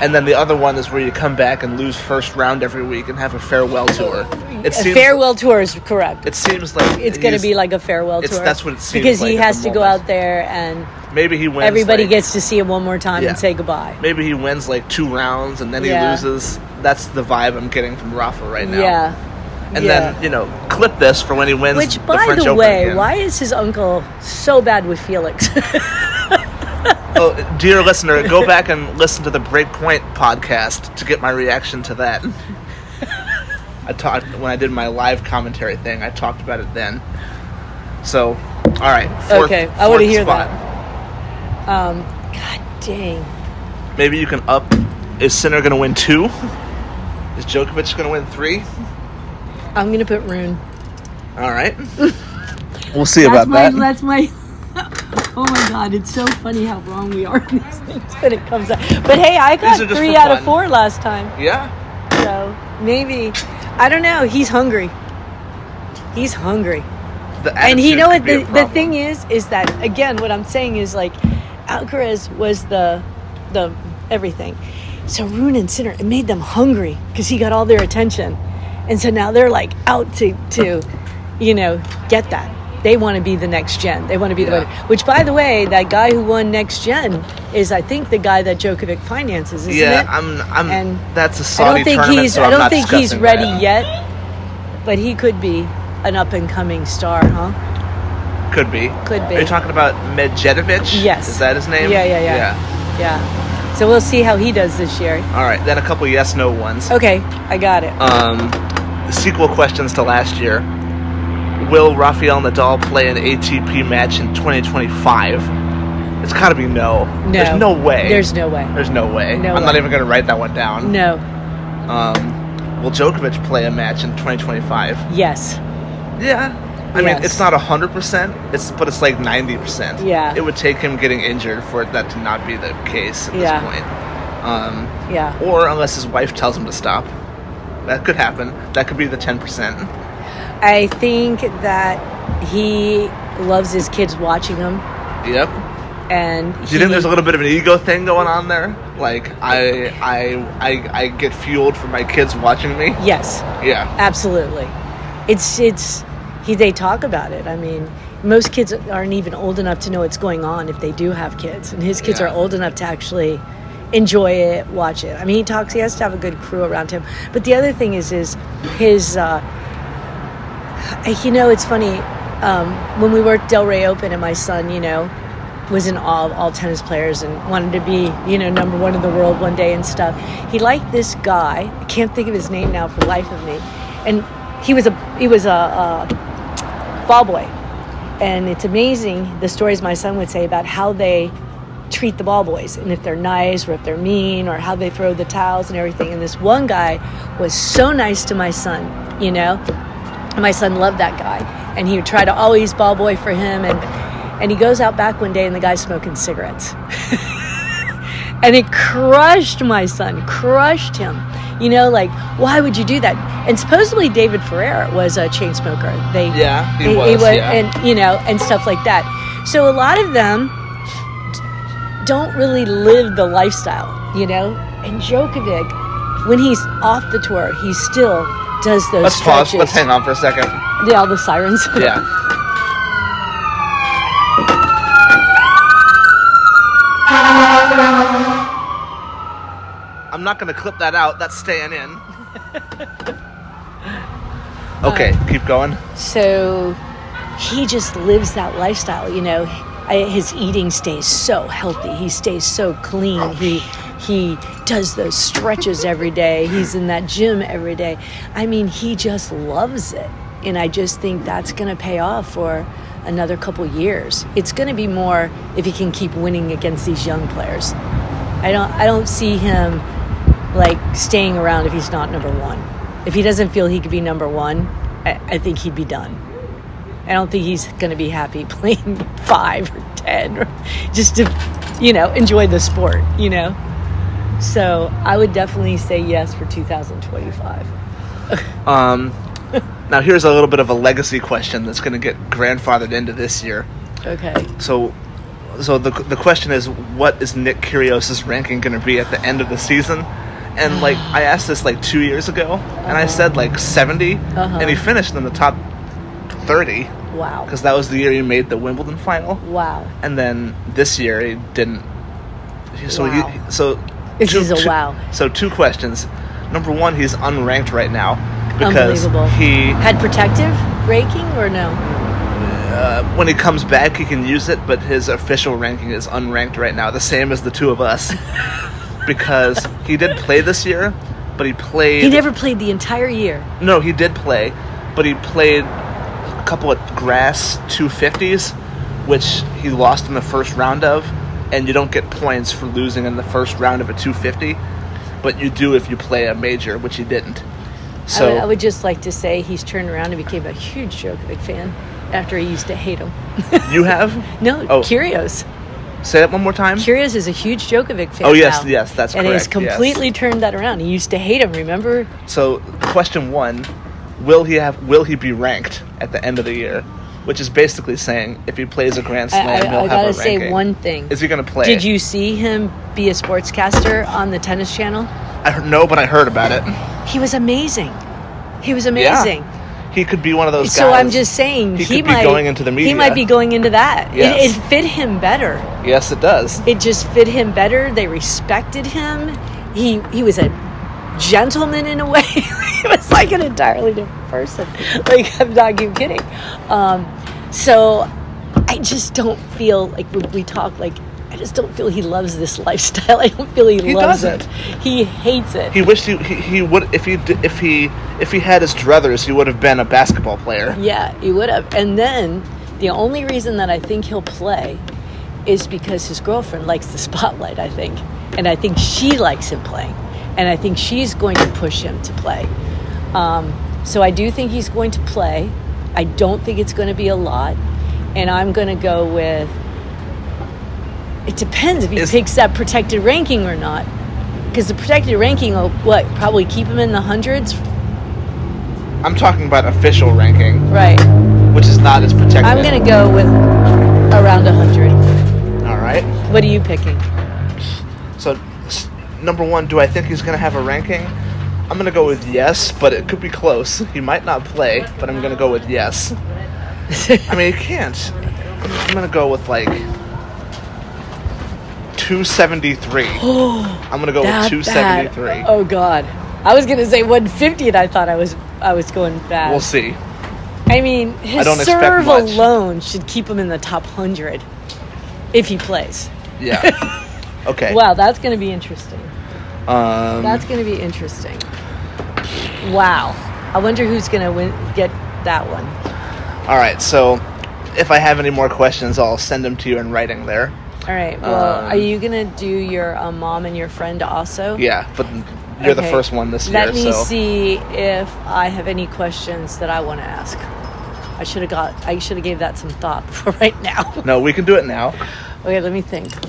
S1: and then the other one is where you come back and lose first round every week and have a farewell tour. It
S2: a farewell tour is correct.
S1: It seems like
S2: It's going to
S1: he's-
S2: be like a farewell
S1: it's-
S2: tour.
S1: that's what it seems
S2: Because he
S1: like at
S2: has
S1: the
S2: to go
S1: moment.
S2: out there and
S1: maybe he wins.
S2: everybody
S1: like-
S2: gets to see him one more time
S1: Yeah.
S2: and say goodbye.
S1: maybe he wins like two rounds and then he
S2: Yeah.
S1: loses. That's the vibe I'm getting from Rafa right now.
S2: Yeah.
S1: And
S2: Yeah.
S1: then you know, clip this for when he wins.
S2: Which,
S1: the
S2: by
S1: French
S2: the,
S1: Open
S2: way,
S1: again.
S2: why is his uncle so bad with Felix?
S1: Oh, dear listener, go back and listen to the Breakpoint podcast to get my reaction to that. I talked when I did my live commentary thing. I talked about it then. So, all right. Fourth,
S2: Okay, I
S1: want
S2: wanna
S1: to
S2: hear
S1: spot.
S2: um, God dang.
S1: Maybe you can up. Is Sinner going to win two? Is Djokovic going to win three?
S2: I'm going to put Rune.
S1: All right. We'll see
S2: That's
S1: about
S2: my,
S1: that.
S2: that's my. Oh my God! It's so funny how wrong we are on these things when it comes out. But hey, I got
S1: are just
S2: three
S1: for
S2: out of
S1: fun.
S2: four last time,
S1: Yeah.
S2: so maybe I don't know. He's hungry. He's hungry.
S1: The
S2: and you
S1: attitude
S2: know
S1: could
S2: what
S1: be a
S2: the, the
S1: problem.
S2: thing is is that again what i'm saying is like alcaraz was the the everything so rune and sinner it made them hungry because he got all their attention and so now they're like out to to you know get that they want to be the next gen. They want to be the
S1: Yeah.
S2: one. Which, by the way, that guy who won next gen is, I think, the guy that Djokovic finances, isn't
S1: Yeah,
S2: it?
S1: I'm. I'm.
S2: And
S1: that's a
S2: I
S1: Saudi
S2: don't think
S1: tournament,
S2: he's.
S1: so
S2: I
S1: I'm
S2: don't
S1: not
S2: think he's
S1: discussing
S2: ready
S1: that.
S2: yet, but he could be an up and coming star, huh?
S1: Could be.
S2: Could be.
S1: Are you talking about Medjedovic?
S2: Yes.
S1: Is that his name?
S2: Yeah, yeah, yeah. Yeah. So we'll see how he does this year.
S1: All right. Then a couple yes no ones.
S2: Okay, I got it.
S1: Um, sequel questions to last year. Will Rafael Nadal play an ATP match in 2025? It's got to be no.
S2: No.
S1: There's no way.
S2: There's no way.
S1: There's no way.
S2: No
S1: I'm not
S2: way.
S1: even going to write that one down.
S2: No.
S1: Um, will Djokovic play a match in 2025?
S2: Yes.
S1: Yeah. I
S2: Yes.
S1: mean, it's not hundred percent. It's but it's like ninety percent.
S2: Yeah.
S1: It would take him getting injured for that to not be the case at
S2: Yeah.
S1: this point. Um,
S2: Yeah.
S1: or unless his wife tells him to stop. That could happen. That could be the 10%.
S2: I think that he loves his kids watching him,
S1: Yep.
S2: and
S1: Do you think there's a little bit of an ego thing going on there? Like I I I, I get fueled from my kids watching me.
S2: yes,
S1: Yeah.
S2: absolutely. It's it's he. They talk about it. I mean, most kids aren't even old enough to know what's going on if they do have kids, and his kids
S1: Yeah.
S2: are old enough to actually enjoy it, watch it. I mean, he talks. He has to have a good crew around him. But the other thing is, is his. Uh, you know, it's funny. Um, when we worked Delray Open, and my son, you know, was in awe of all tennis players and wanted to be, you know, number one in the world one day and stuff. He liked this guy. I can't think of his name now for the life of me. And he was a he was a, a ball boy, and it's amazing the stories my son would say about how they treat the ball boys and if they're nice or if they're mean or how they throw the towels and everything. And this one guy was so nice to my son, you know, and my son loved that guy and he would try to always ball boy for him and and he goes out back one day and the guy's smoking cigarettes and it crushed my son crushed him you know like why would you do that and supposedly david ferrer was a chain smoker they
S1: Yeah, he
S2: they-
S1: was, yeah.
S2: and you know and stuff like that so a lot of them don't really live the lifestyle, you know? And Djokovic, when he's off the tour, he still does those
S1: Let's
S2: stretches.
S1: pause. Let's hang on for a second.
S2: Yeah, all the sirens.
S1: Yeah. I'm not gonna clip that out. That's staying in. Okay, keep going.
S2: So he just lives that lifestyle, you know. I, his eating stays so healthy. He stays so clean. he he does those stretches every day. He's in that gym every day. I mean, he just loves it. And I just think that's going to pay off for another couple years. It's going to be more if he can keep winning against these young players. I don't I don't see him like staying around if he's not number one. If he doesn't feel he could be number one, I, I think he'd be done. I don't think he's going to be happy playing five or ten, or just to you know enjoy the sport. You know, so I would definitely say yes for 2025.
S1: Um, now here's a little bit of a legacy question that's gonna get grandfathered into this year.
S2: Okay.
S1: So, so the the question is, what is Nick Kyrgios's ranking going to be at the end of the season? And like I asked this like two years ago, and I said like 70 and he
S2: Uh-huh.
S1: finished in the top thirty
S2: Wow.
S1: because that was the year he made the Wimbledon final,
S2: Wow.
S1: and then this year he didn't. So
S2: Wow.
S1: he so
S2: This is a wow.
S1: So two questions. Number one, he's unranked right now because
S2: Unbelievable.
S1: he
S2: Had protective ranking or no?
S1: when he comes back, he can use it, but his official ranking is unranked right now, the same as the two of us. because he did play this year, but he played.
S2: He never played the entire year.
S1: No, he did play, but he played a couple of grass 250s, which he lost in the first round of, and you don't get points for losing in the first round of a 250, but you do if you play a major, which he didn't.
S2: I would-
S1: So
S2: I, would, just like to say he's turned around and became a huge Djokovic fan after he used to hate him.
S1: you have?
S2: No,
S1: Oh.
S2: Curios.
S1: Say that one more time.
S2: Curios is a huge Djokovic fan.
S1: Oh, yes,
S2: now.
S1: yes, that's
S2: and he's
S1: correct, yes.
S2: completely turned that around. He used to hate him. Remember?
S1: So, question one: Will he have? Will he be ranked at the end of the year? Which is basically saying if he plays a Grand Slam,
S2: I, I,
S1: he'll
S2: I
S1: have
S2: gotta
S1: a
S2: say
S1: ranking.
S2: one thing.
S1: Is he going to play?
S2: Did you see him be a sportscaster on the tennis channel?
S1: I heard, no, but I heard about it.
S2: He was amazing. He was amazing.
S1: Yeah. He could be one of those.
S2: So
S1: guys.
S2: I'm just saying
S1: he,
S2: he,
S1: could
S2: might
S1: be going into the media.
S2: He might be going into that. It-
S1: Yes.
S2: it fit him better.
S1: Yes, it does.
S2: it just fit him better. They respected him. He he was a gentleman in a way. he was like an entirely different person. Like I'm not even kidding. Um, so I just don't feel like we, we talk like I just don't feel he loves this lifestyle. I don't feel he,
S1: He
S2: loves
S1: doesn't.
S2: it. He hates it.
S1: He wished he, he, he would if he did- if he if he had his druthers, he would have been a basketball player.
S2: Yeah, he would have. And then the only reason that I think he'll play is because his girlfriend likes the spotlight, I think. And I think she likes him playing. And I think she's going to push him to play. Um, so I do think he's going to play. I don't think it's going to be a lot. And I'm going to go with it depends if he
S1: Is-
S2: takes that protected ranking or not. Because the protected ranking will, what, probably keep him in the hundreds
S1: I'm talking about official ranking,
S2: Right.
S1: which is not as protected.
S2: I'm gonna go with around hundred.
S1: All right.
S2: What are you picking?
S1: So, s- number one, do I think he's going to have a ranking? I'm going to go with yes, but it could be close. He might not play, but I'm going to go with yes. I mean, he can't. I'm going to go with like 273. I'm going to go with
S2: Oh, That
S1: 273.
S2: bad. Oh God. I was gonna say 150, and I thought I was I was going bad.
S1: We'll see.
S2: I mean, his
S1: don't expect
S2: serve
S1: much.
S2: alone should keep him in the top hundred if he plays.
S1: Yeah. Okay.
S2: Wow, that's gonna be interesting.
S1: um,
S2: That's gonna be interesting. Wow. I wonder who's gonna win, get that one.
S1: all right. So, if I have any more questions, I'll send them to you in writing there.
S2: All right. Well,
S1: Um,
S2: are you gonna do your uh, mom and your friend also?
S1: Yeah, but you're the
S2: Okay.
S1: first one this
S2: Let
S1: year,
S2: me
S1: so
S2: see if I have any questions that I want to ask. I should have got. I should have gave that some thought for right now.
S1: no, we can do it now.
S2: okay, let me think.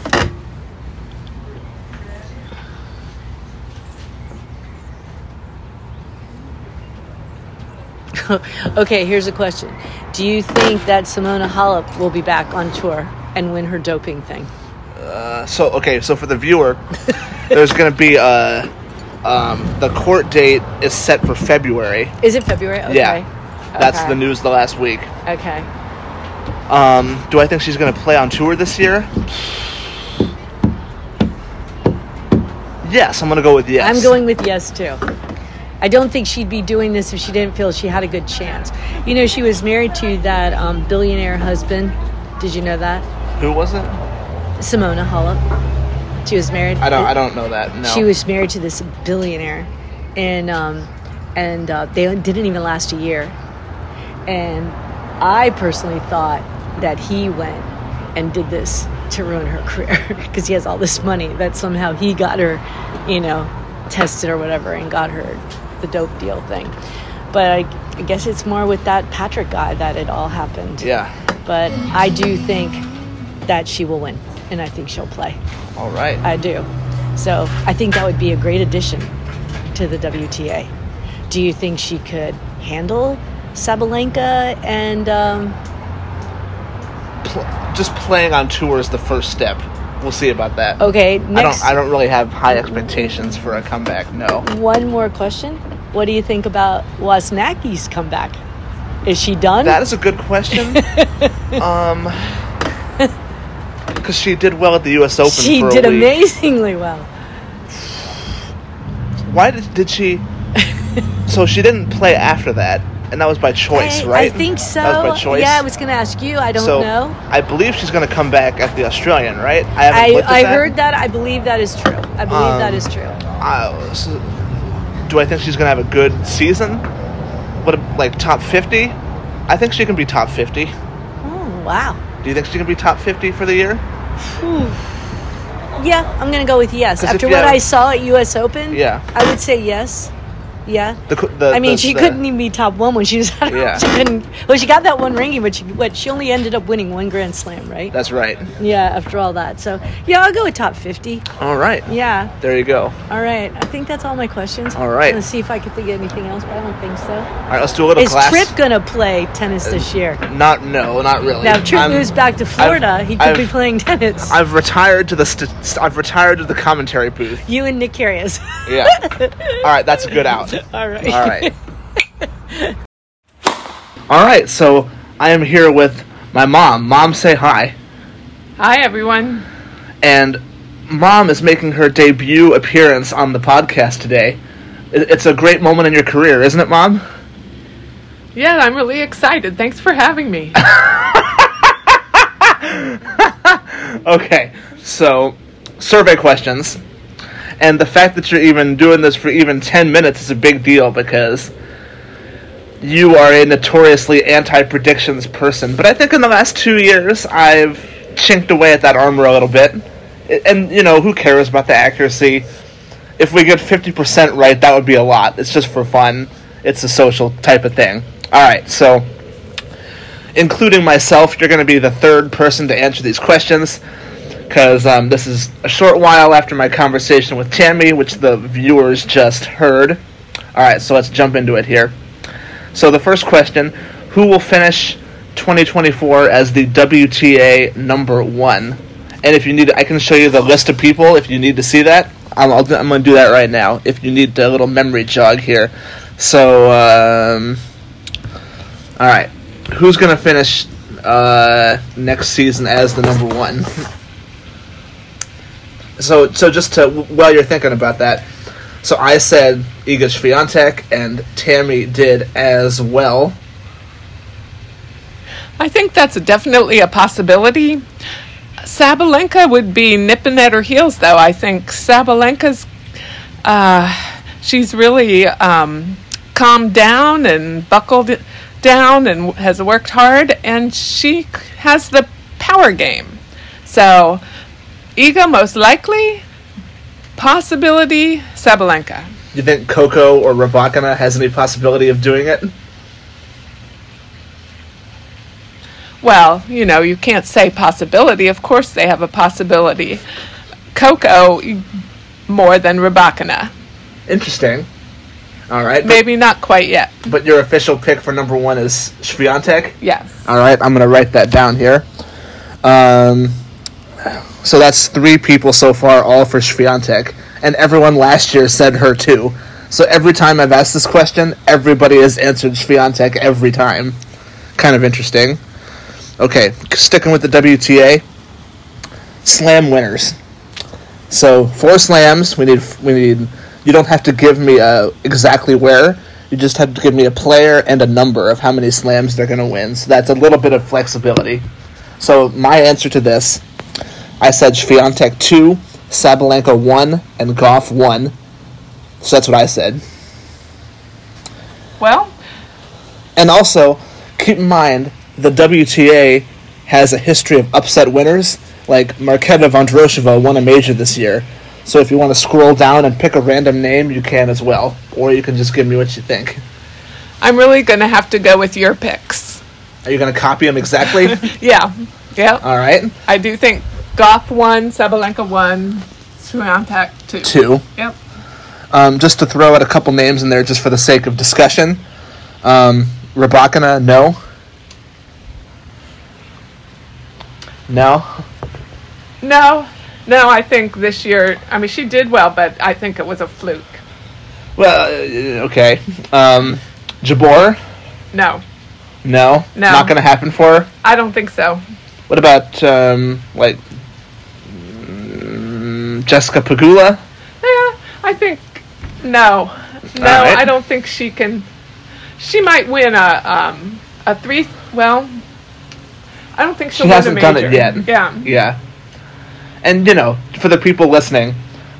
S2: okay, here's a question. Do you think that Simona Halep will be back on tour and win her doping thing?
S1: So okay, so for the viewer, there's going to be uh, um, the court date is set for February.
S2: Is it February? Okay.
S1: Yeah, that's
S2: Okay.
S1: the news the last week.
S2: Okay.
S1: Um, do I think she's going to play on tour this year? Yes, I'm going to go with yes.
S2: I'm going with yes too. I don't think she'd be doing this if she didn't feel she had a good chance. You know, she was married to that um, billionaire husband. Did you know that?
S1: Who was it?
S2: Simona Halep. She was married.
S1: I don't. I don't know that. No.
S2: She was married to this billionaire, and um, and uh, they didn't even last a year. And I personally thought that he went and did this to ruin her career because he has all this money that somehow he got her, you know, tested or whatever and got her the dope deal thing. But I, I guess it's more with that Patrick guy that it all happened.
S1: Yeah.
S2: But I do think that she will win, and I think she'll play.
S1: All right.
S2: I do. So I think that would be a great addition to the WTA. Do you think she could handle Sabalenka and um,
S1: Pl- just playing on tour is the first step. We'll see about that.
S2: okay?
S1: I don't.
S2: Next,
S1: I don't really have high expectations for a comeback. No.
S2: one more question. What do you think about Wasnacki's comeback? Is she done?
S1: That is a good question. um, because she did well at the U.S. Open.
S2: she
S1: for
S2: did
S1: a week.
S2: amazingly well.
S1: Why did, did she? so she didn't play after that, and that was by choice,
S2: I,
S1: right?
S2: I think so.
S1: That was by choice.
S2: Yeah, I was going to ask you. I don't
S1: so
S2: know.
S1: I believe she's going to come back at the Australian, right? I haven't
S2: I,
S1: looked at
S2: I
S1: that.
S2: heard that. I believe that is true. I believe
S1: Um,
S2: that is true.
S1: Uh, so- do I think she's going to have a good season? What, a- like top fifty? I think she can be top fifty.
S2: Oh, wow.
S1: Do you think she can be top fifty for the year?
S2: Yeah, I'm gonna go with yes.
S1: 'Cause if
S2: After
S1: you
S2: what
S1: have-
S2: I saw at U.S. Open,
S1: Yeah.
S2: I would say yes. Yeah,
S1: The, co- the,
S2: I mean
S1: the-
S2: she
S1: the-
S2: couldn't e- even be top one when she was out. Of,
S1: Yeah.
S2: she couldn't. Well, she got that one ranking, but she what she only ended up winning one Grand Slam, right?
S1: That's right.
S2: yeah, after all that. So yeah, I'll go with top fifty.
S1: All right.
S2: Yeah.
S1: There you go.
S2: All right. I think that's all my questions.
S1: All right.
S2: Let's see if I can think of anything else, but I don't think so.
S1: All right, let's do a little
S2: Is
S1: class.
S2: Tripp gonna play tennis this year?
S1: Not no, not really.
S2: Now, if Tripp
S1: I'm-
S2: moves back to Florida, he could be
S1: I've-
S2: playing tennis.
S1: I've retired to the st- st- I've retired to the commentary booth.
S2: you and Nick Kyrgios.
S1: Yeah. All right, that's a good out.
S2: all right.
S1: All right. All right, so I am here with my mom. Mom, say hi.
S3: Hi, everyone.
S1: And mom is making her debut appearance on the podcast today. It- It's a great moment in your career, isn't it, mom?
S3: Yeah, I'm really excited. Thanks for having me.
S1: Okay, so survey questions. And the fact that you're even doing this for even 10 minutes is a big deal because you are a notoriously anti predictions person. But I think in the last two years, I've chinked away at that armor a little bit. A- And, you know, who cares about the accuracy? If we get 50% right, that would be a lot. It's just for fun, it's a social type of thing. Alright, so including myself, you're going to be the third person to answer these questions because um, this is a short while after my conversation with Tammy, which the viewers just heard. All right, so let's jump into it here. So the first question: Who will finish 2024 as the WTA number one? And if you need, I can show you the list of people if you need to see that. I'm, I'll, I'm going to do that right now. If you need a little memory jog here, so um, all right, who's going to finish uh, next season as the number one? so, so just to while you're thinking about that, so I said Iga Swiatek, and Tammy did as well.
S3: I think that's definitely a possibility. Sabalenka would be nipping at her heels, though. I think Sabalenka's, uh, she's really um, calmed down and buckled down and has worked hard, and she c- has the power game. So, Iga most likely, possibility Sabalenka.
S1: You think Coco or Rabakina has any possibility of doing it?
S3: Well, you know, you can't say possibility. Of course, they have a possibility. Coco y- more than Rabakina.
S1: Interesting. All right, but,
S3: Maybe not quite yet.
S1: but your official pick for number one is Swiatek.
S3: Yes.
S1: All right, I'm gonna write that down here. Um, so that's three people so far, all for Sviantek, and everyone last year said her too. So every time I've asked this question, everybody has answered Sviantek every time. Kind of interesting. Okay, sticking with the WTA, slam winners. So four slams. We need. We need. You don't have to give me uh, exactly where. You just have to give me a player and a number of how many slams they're going to win. So that's a little bit of flexibility. So my answer to this, I said Sviantek two, Sabalenka one, and Goff one. So that's what I said.
S3: Well,
S1: And also, keep in mind the WTA has a history of upset winners. Like Marketa Vondroshova won a major this year. So if you want to scroll down and pick a random name, you can as well. Or you can just give me what you think.
S3: I'm really going to have to go with your picks.
S1: Are you going to copy them exactly?
S3: Yeah. Yeah.
S1: All right.
S3: I do think Goth won, Sabalenka won, Swiatek two.
S1: Two.
S3: Yep.
S1: Um, just to throw out a couple names in there just for the sake of discussion. Um, Rabakina, no. No.
S3: No, no, I think this year, I mean, she did well, but I think it was a fluke.
S1: Well, uh, okay. Um, Jabor,
S3: No,
S1: no.
S3: No.
S1: Not going to happen for her.
S3: I don't think so.
S1: What about, um, like, mm, Jessica Pagula?
S3: Yeah, I think, no. No,
S1: right.
S3: I don't think she can. She might win a, um, a three, well, I don't think she'll
S1: She
S3: win
S1: hasn't
S3: a
S1: done
S3: major.
S1: it yet.
S3: Yeah.
S1: Yeah. And, you know, for the people listening,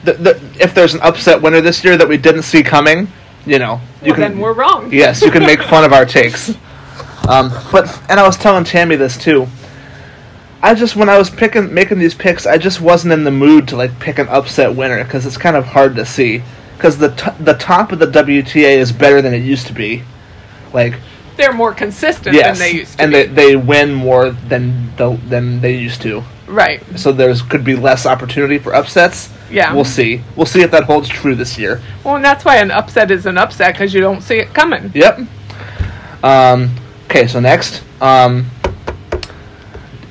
S1: the, the, if there's an upset winner this year that we didn't see coming, you know, you
S3: well,
S1: can.
S3: then we're wrong.
S1: Yes, you can make fun of our takes. Um, but and I was telling Tammy this too. I just when I was picking making these picks, I just wasn't in the mood to like pick an upset winner because it's kind of hard to see because the t- the top of the WTA is better than it used to be. Like
S3: They're more consistent
S1: yes,
S3: than they used to
S1: and
S3: be.
S1: they they win more than the, than they used to.
S3: right.
S1: So there's could be less opportunity for upsets.
S3: Yeah.
S1: we'll see. We'll see if that holds true this year.
S3: Well, and that's why an upset is an upset because you don't see it coming.
S1: Yep. Um, okay, so next, um,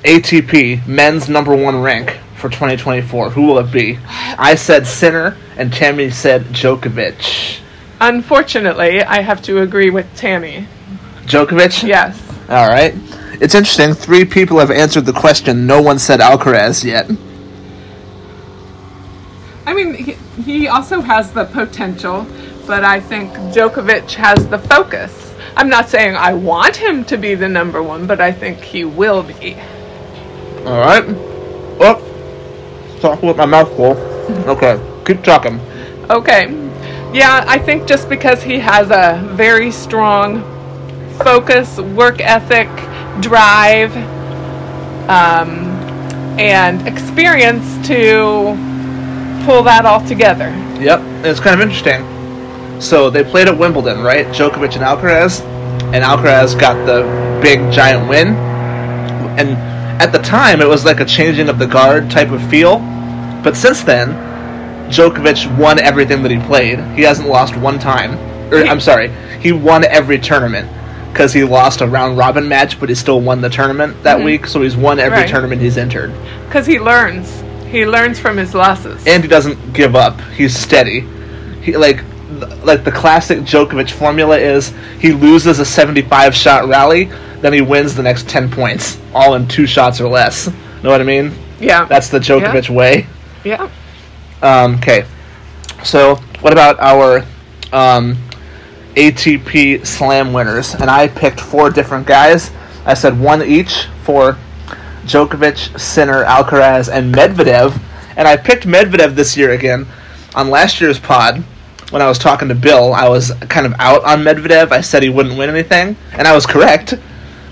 S1: ATP men's number one rank for 2024. Who will it be? I said Sinner, and Tammy said Djokovic.
S3: Unfortunately, I have to agree with Tammy.
S1: Djokovic.
S3: Yes.
S1: All right. It's interesting. Three people have answered the question. No one said Alcaraz yet.
S3: I mean, he, he also has the potential, but I think Djokovic has the focus. I'm not saying I want him to be the number one, but I think he will be.
S1: All right. Oh, talking with my mouth full. Okay, keep talking.
S3: Okay. Yeah, I think just because he has a very strong focus, work ethic, drive, um, and experience to pull that all together.
S1: Yep, and it's kind of interesting. So they played at Wimbledon, right? Djokovic and Alcaraz, and Alcaraz got the big giant win. And at the time, it was like a changing of the guard type of feel. But since then, Djokovic won everything that he played. He hasn't lost one time. or, I'm sorry, he won every tournament because he lost a round robin match, but he still won the tournament that week. So he's won every
S3: Right.
S1: tournament he's entered,
S3: Because he learns. He learns from his losses.
S1: and he doesn't give up. He's steady. He like. th- Like the classic Djokovic formula is, he loses a 75 shot rally, then he wins the next 10 points, all in two shots or less. Know what I mean?
S3: yeah.
S1: That's the Djokovic way.
S3: yeah.
S1: Um, okay. So, what about our um, ATP Slam winners? And I picked four different guys. I said one each for Djokovic, Sinner, Alcaraz, and Medvedev. And I picked Medvedev this year again. On last year's pod, when I was talking to Bill, I was kind of out on Medvedev. I said he wouldn't win anything, and I was correct.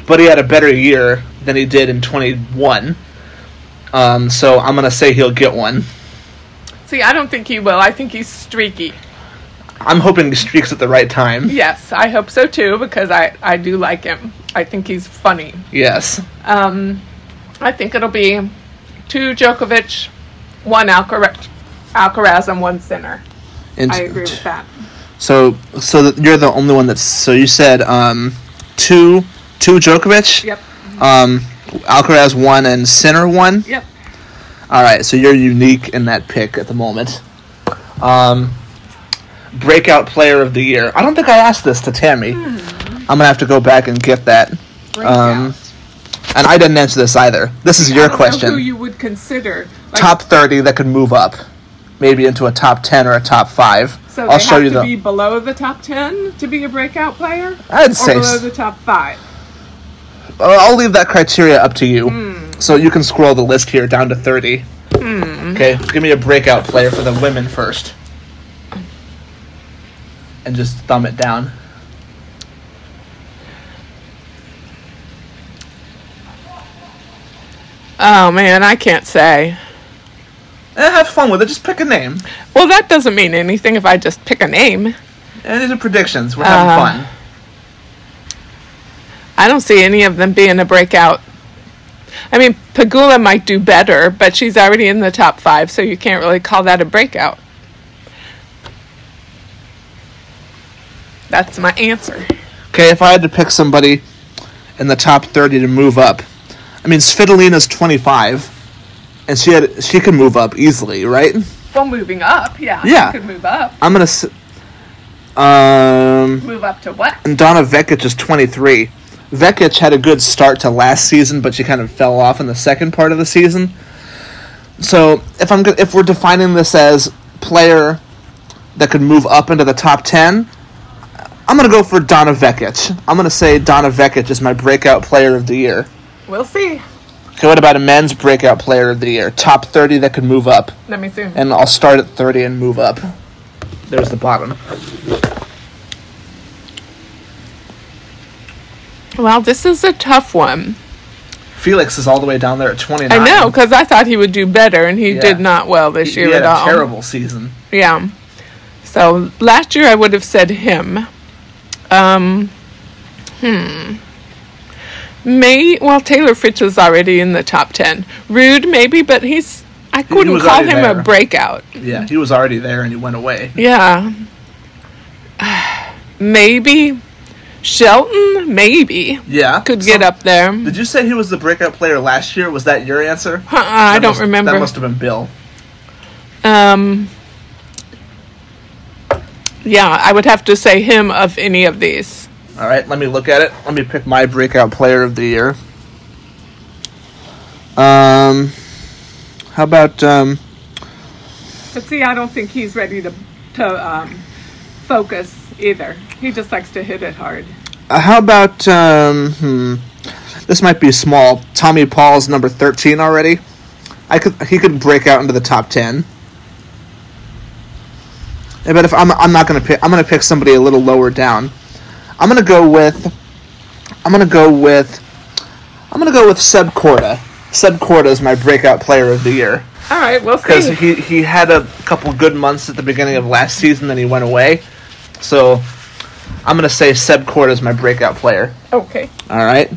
S1: But he had a better year than he did in 21. Um, so I'm going to say he'll get one.
S3: See, I don't think he will. I think he's streaky.
S1: I'm hoping he streaks at the right time.
S3: Yes, I hope so too because I, I do like him. I think he's funny.
S1: Yes.
S3: Um, I think it'll be two Djokovic, one Alcaraz, Alcaraz and one Sinner.
S1: And
S3: I agree with that.
S1: So, so that you're the only one that's. So you said um, two, two Djokovic.
S3: Yep.
S1: Um, Alcaraz one and Sinner one.
S3: Yep.
S1: All right. So you're unique in that pick at the moment. Um, breakout player of the year. I don't think I asked this to Tammy.
S3: Hmm.
S1: I'm gonna have to go back and get that. Um, and I didn't answer this either. This is your question.
S3: who you would consider like,
S1: top 30 that could move up maybe into a top 10 or a top 5
S3: So they
S1: i'll show
S3: have
S1: you
S3: to
S1: the
S3: be below the top ten to be a breakout player.
S1: I'd
S3: or
S1: say
S3: below
S1: s-
S3: the top five.
S1: Uh, i'll leave that criteria up to you
S3: Hmm.
S1: so you can scroll the list here down to 30
S3: Hmm.
S1: okay give me a breakout player for the women first and just thumb it down
S3: Oh man, I can't say.
S1: Eh, have fun with it just pick a name
S3: Well, that doesn't mean anything if I just pick a name.
S1: and Eh, these are predictions we're having
S3: Uh,
S1: fun
S3: I don't see any of them being a breakout. I mean, Pagula might do better, but she's already in the top five, so you can't really call that a breakout. That's my answer.
S1: okay if i had to pick somebody in the top 30 to move up i mean svitolina's 25 and she had she can move up easily right
S3: Well, moving up, yeah.
S1: you Yeah. could
S3: move up.
S1: I'm gonna. S- um,
S3: Move up to what?
S1: and Donna Vekic is 23. Vekic had a good start to last season, but she kind of fell off in the second part of the season. So if I'm go- if we're defining this as player that could move up into the top 10, I'm gonna go for Donna Vekic. I'm gonna say Donna Vekic is my breakout player of the year.
S3: We'll see.
S1: Okay, what about a men's breakout player of the year? Top 30 that could move up
S3: Let me see.
S1: and I'll start at 30 and move up. There's the bottom.
S3: Well, this is a tough one.
S1: Felix is all the way down there at 29.
S3: I know, because I thought he would do better, and he
S1: Yeah.
S3: did not well this
S1: He
S3: year
S1: had
S3: at all.
S1: a terrible season.
S3: Yeah. So last year I would have said him. Um, hmm. May well Taylor Fritz is already in the top ten. Rude maybe, but he's I couldn't
S1: was
S3: call
S1: already
S3: him
S1: there.
S3: a breakout.
S1: Yeah, he was already there and he went away.
S3: Yeah. maybe Shelton maybe
S1: Yeah.
S3: could get up there. Uh-uh,
S1: Did you say he was the breakout player last year? Was that your answer?
S3: I
S1: That
S3: don't
S1: must-
S3: remember.
S1: That must have been Bill.
S3: Um, yeah, I would have to say him of any of these.
S1: All right, let me look at it. Let me pick my breakout player of the year. Um, how about um?
S3: But see, I don't think he's ready to to um, focus either. He just likes to hit it hard.
S1: Uh, how about um? Hmm, this might be small. Tommy Paul's number thirteen already. I could he could break out into the top ten. Yeah, But if I'm I'm not gonna pick I'm gonna pick somebody a little lower down. I'm gonna go with I'm gonna go with I'm gonna go with Seb Korda. Seb Korda is my breakout player of the year
S3: All right, we'll
S1: because
S3: see.
S1: he he had a couple good months at the beginning of last season, then he went away. So I'm gonna say Seb Korda is my breakout player.
S3: okay.
S1: All right.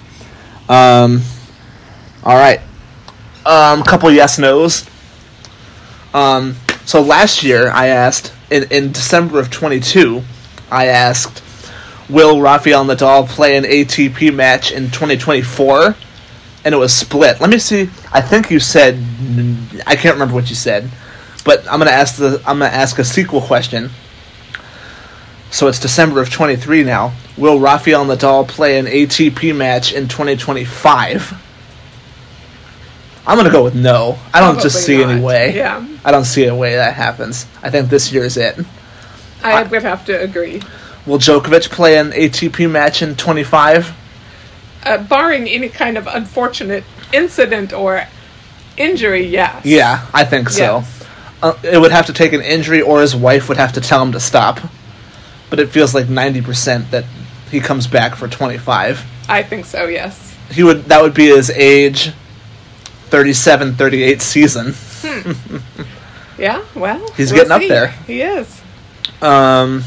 S1: Um, all right. Um, couple yes nos. Um, so last year I asked in in December of 22, I asked, "Will Rafael Nadal play an ATP match in 2024?" And it was split. Let me see. I think you said I can't remember what you said, but I'm gonna ask the I'm gonna ask a sequel question. So it's December of 23 now. Will Rafael Nadal play an ATP match in 2025? I'm gonna go with no. I don't just
S3: Probably
S1: see any
S3: not.
S1: way.
S3: Yeah.
S1: I don't see a way that happens. I think this year's it.
S3: I would have to agree.
S1: Will Djokovic play an ATP match in 25?
S3: Uh, barring any kind of unfortunate incident or injury, yes.
S1: Yeah, I think so.
S3: Yes.
S1: Uh, it would have to take an injury, or his wife would have to tell him to stop. But it feels like 90% that he comes back for 25.
S3: I think so, yes.
S1: He would. That would be his age, 37, 38 season.
S3: Yeah, well.
S1: He's
S3: we'll
S1: getting up
S3: see.
S1: there.
S3: He is.
S1: Um.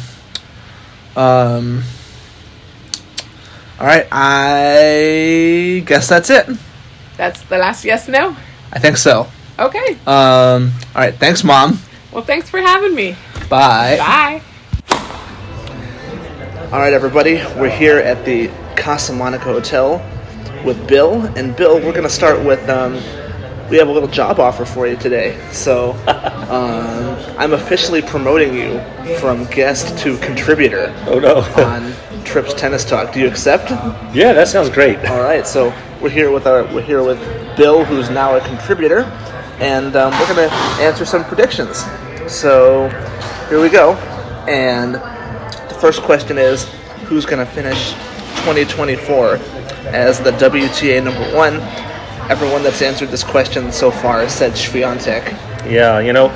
S1: Um. All right, I guess that's it.
S3: That's the last yes no.
S1: I think so.
S3: Okay.
S1: Um. All right. Thanks, mom.
S3: Well, thanks for having me.
S1: Bye.
S3: Bye.
S1: All right, everybody. We're here at the Casa Monaco Hotel with Bill, and Bill, we're going to start with. Um, we have a little job offer for you today. So, um, I'm officially promoting you from guest to contributor
S4: Oh no.
S1: on Trips Tennis Talk. Do you accept?
S4: yeah, that sounds great.
S1: All right, so we're here with our we're here with Bill, who's now a contributor, and um, we're gonna answer some predictions. So here we go, and the first question is, who's gonna finish 2024 as the WTA number one? Everyone that's answered this question so far has said Swiatek.
S4: Yeah, you know,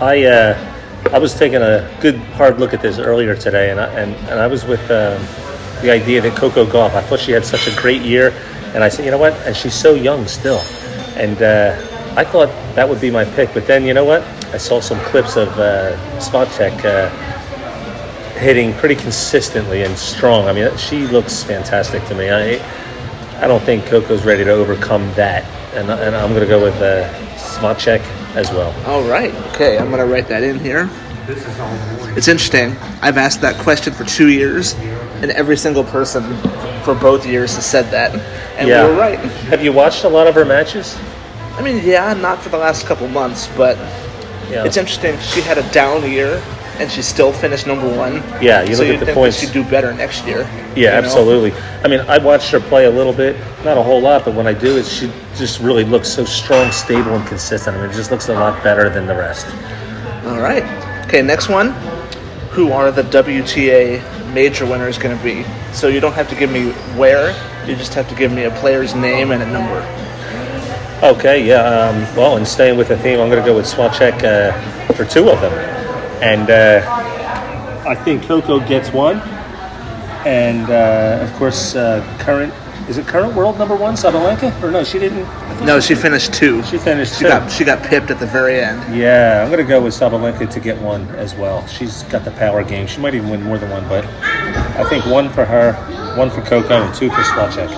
S4: I uh, I was taking a good hard look at this earlier today, and I, and, and I was with um, the idea that Coco Golf. I thought she had such a great year, and I said, you know what? And she's so young still, and uh, I thought that would be my pick. But then, you know what? I saw some clips of uh, Svatek, uh hitting pretty consistently and strong. I mean, she looks fantastic to me. I I don't think Coco's ready to overcome that, and, and I'm going to go with uh, Svatek as well.
S1: All right. Okay, I'm gonna write that in here. It's interesting. I've asked that question for two years, and every single person for both years has said that, and we were right.
S4: Have you watched a lot of her matches?
S1: I mean, yeah, not for the last couple months, but
S4: Yeah.
S1: it's interesting. She had a down year, and she still finished number one.
S4: Yeah, you
S1: so
S4: look at
S1: you'd
S4: the
S1: think
S4: points.
S1: That she'd do better next year.
S4: yeah,
S1: you know?
S4: absolutely. I mean, I watched her play a little bit, not a whole lot, but when I do, is she just really looks so strong, stable, and consistent. I mean, it just looks a lot better than the rest.
S1: All right. Okay, next one. Who are the WTA major winners going to be? So you don't have to give me where. You just have to give me a player's name and a number.
S4: Okay, yeah. Um, well, and staying with the theme, I'm going to go with Swacek uh, for two of them, and uh, I think Coco gets one, and uh, of course, uh, current is it current world number one Sabalenka or no? She didn't.
S1: No, she finished two.
S4: She finished
S1: She
S4: two.
S1: got she got pipped at the very end.
S4: Yeah, I'm gonna go with Sabalenka to get one as well. She's got the power game. She might even win more than one, but I think one for her, one for Coco, and two for Slacek.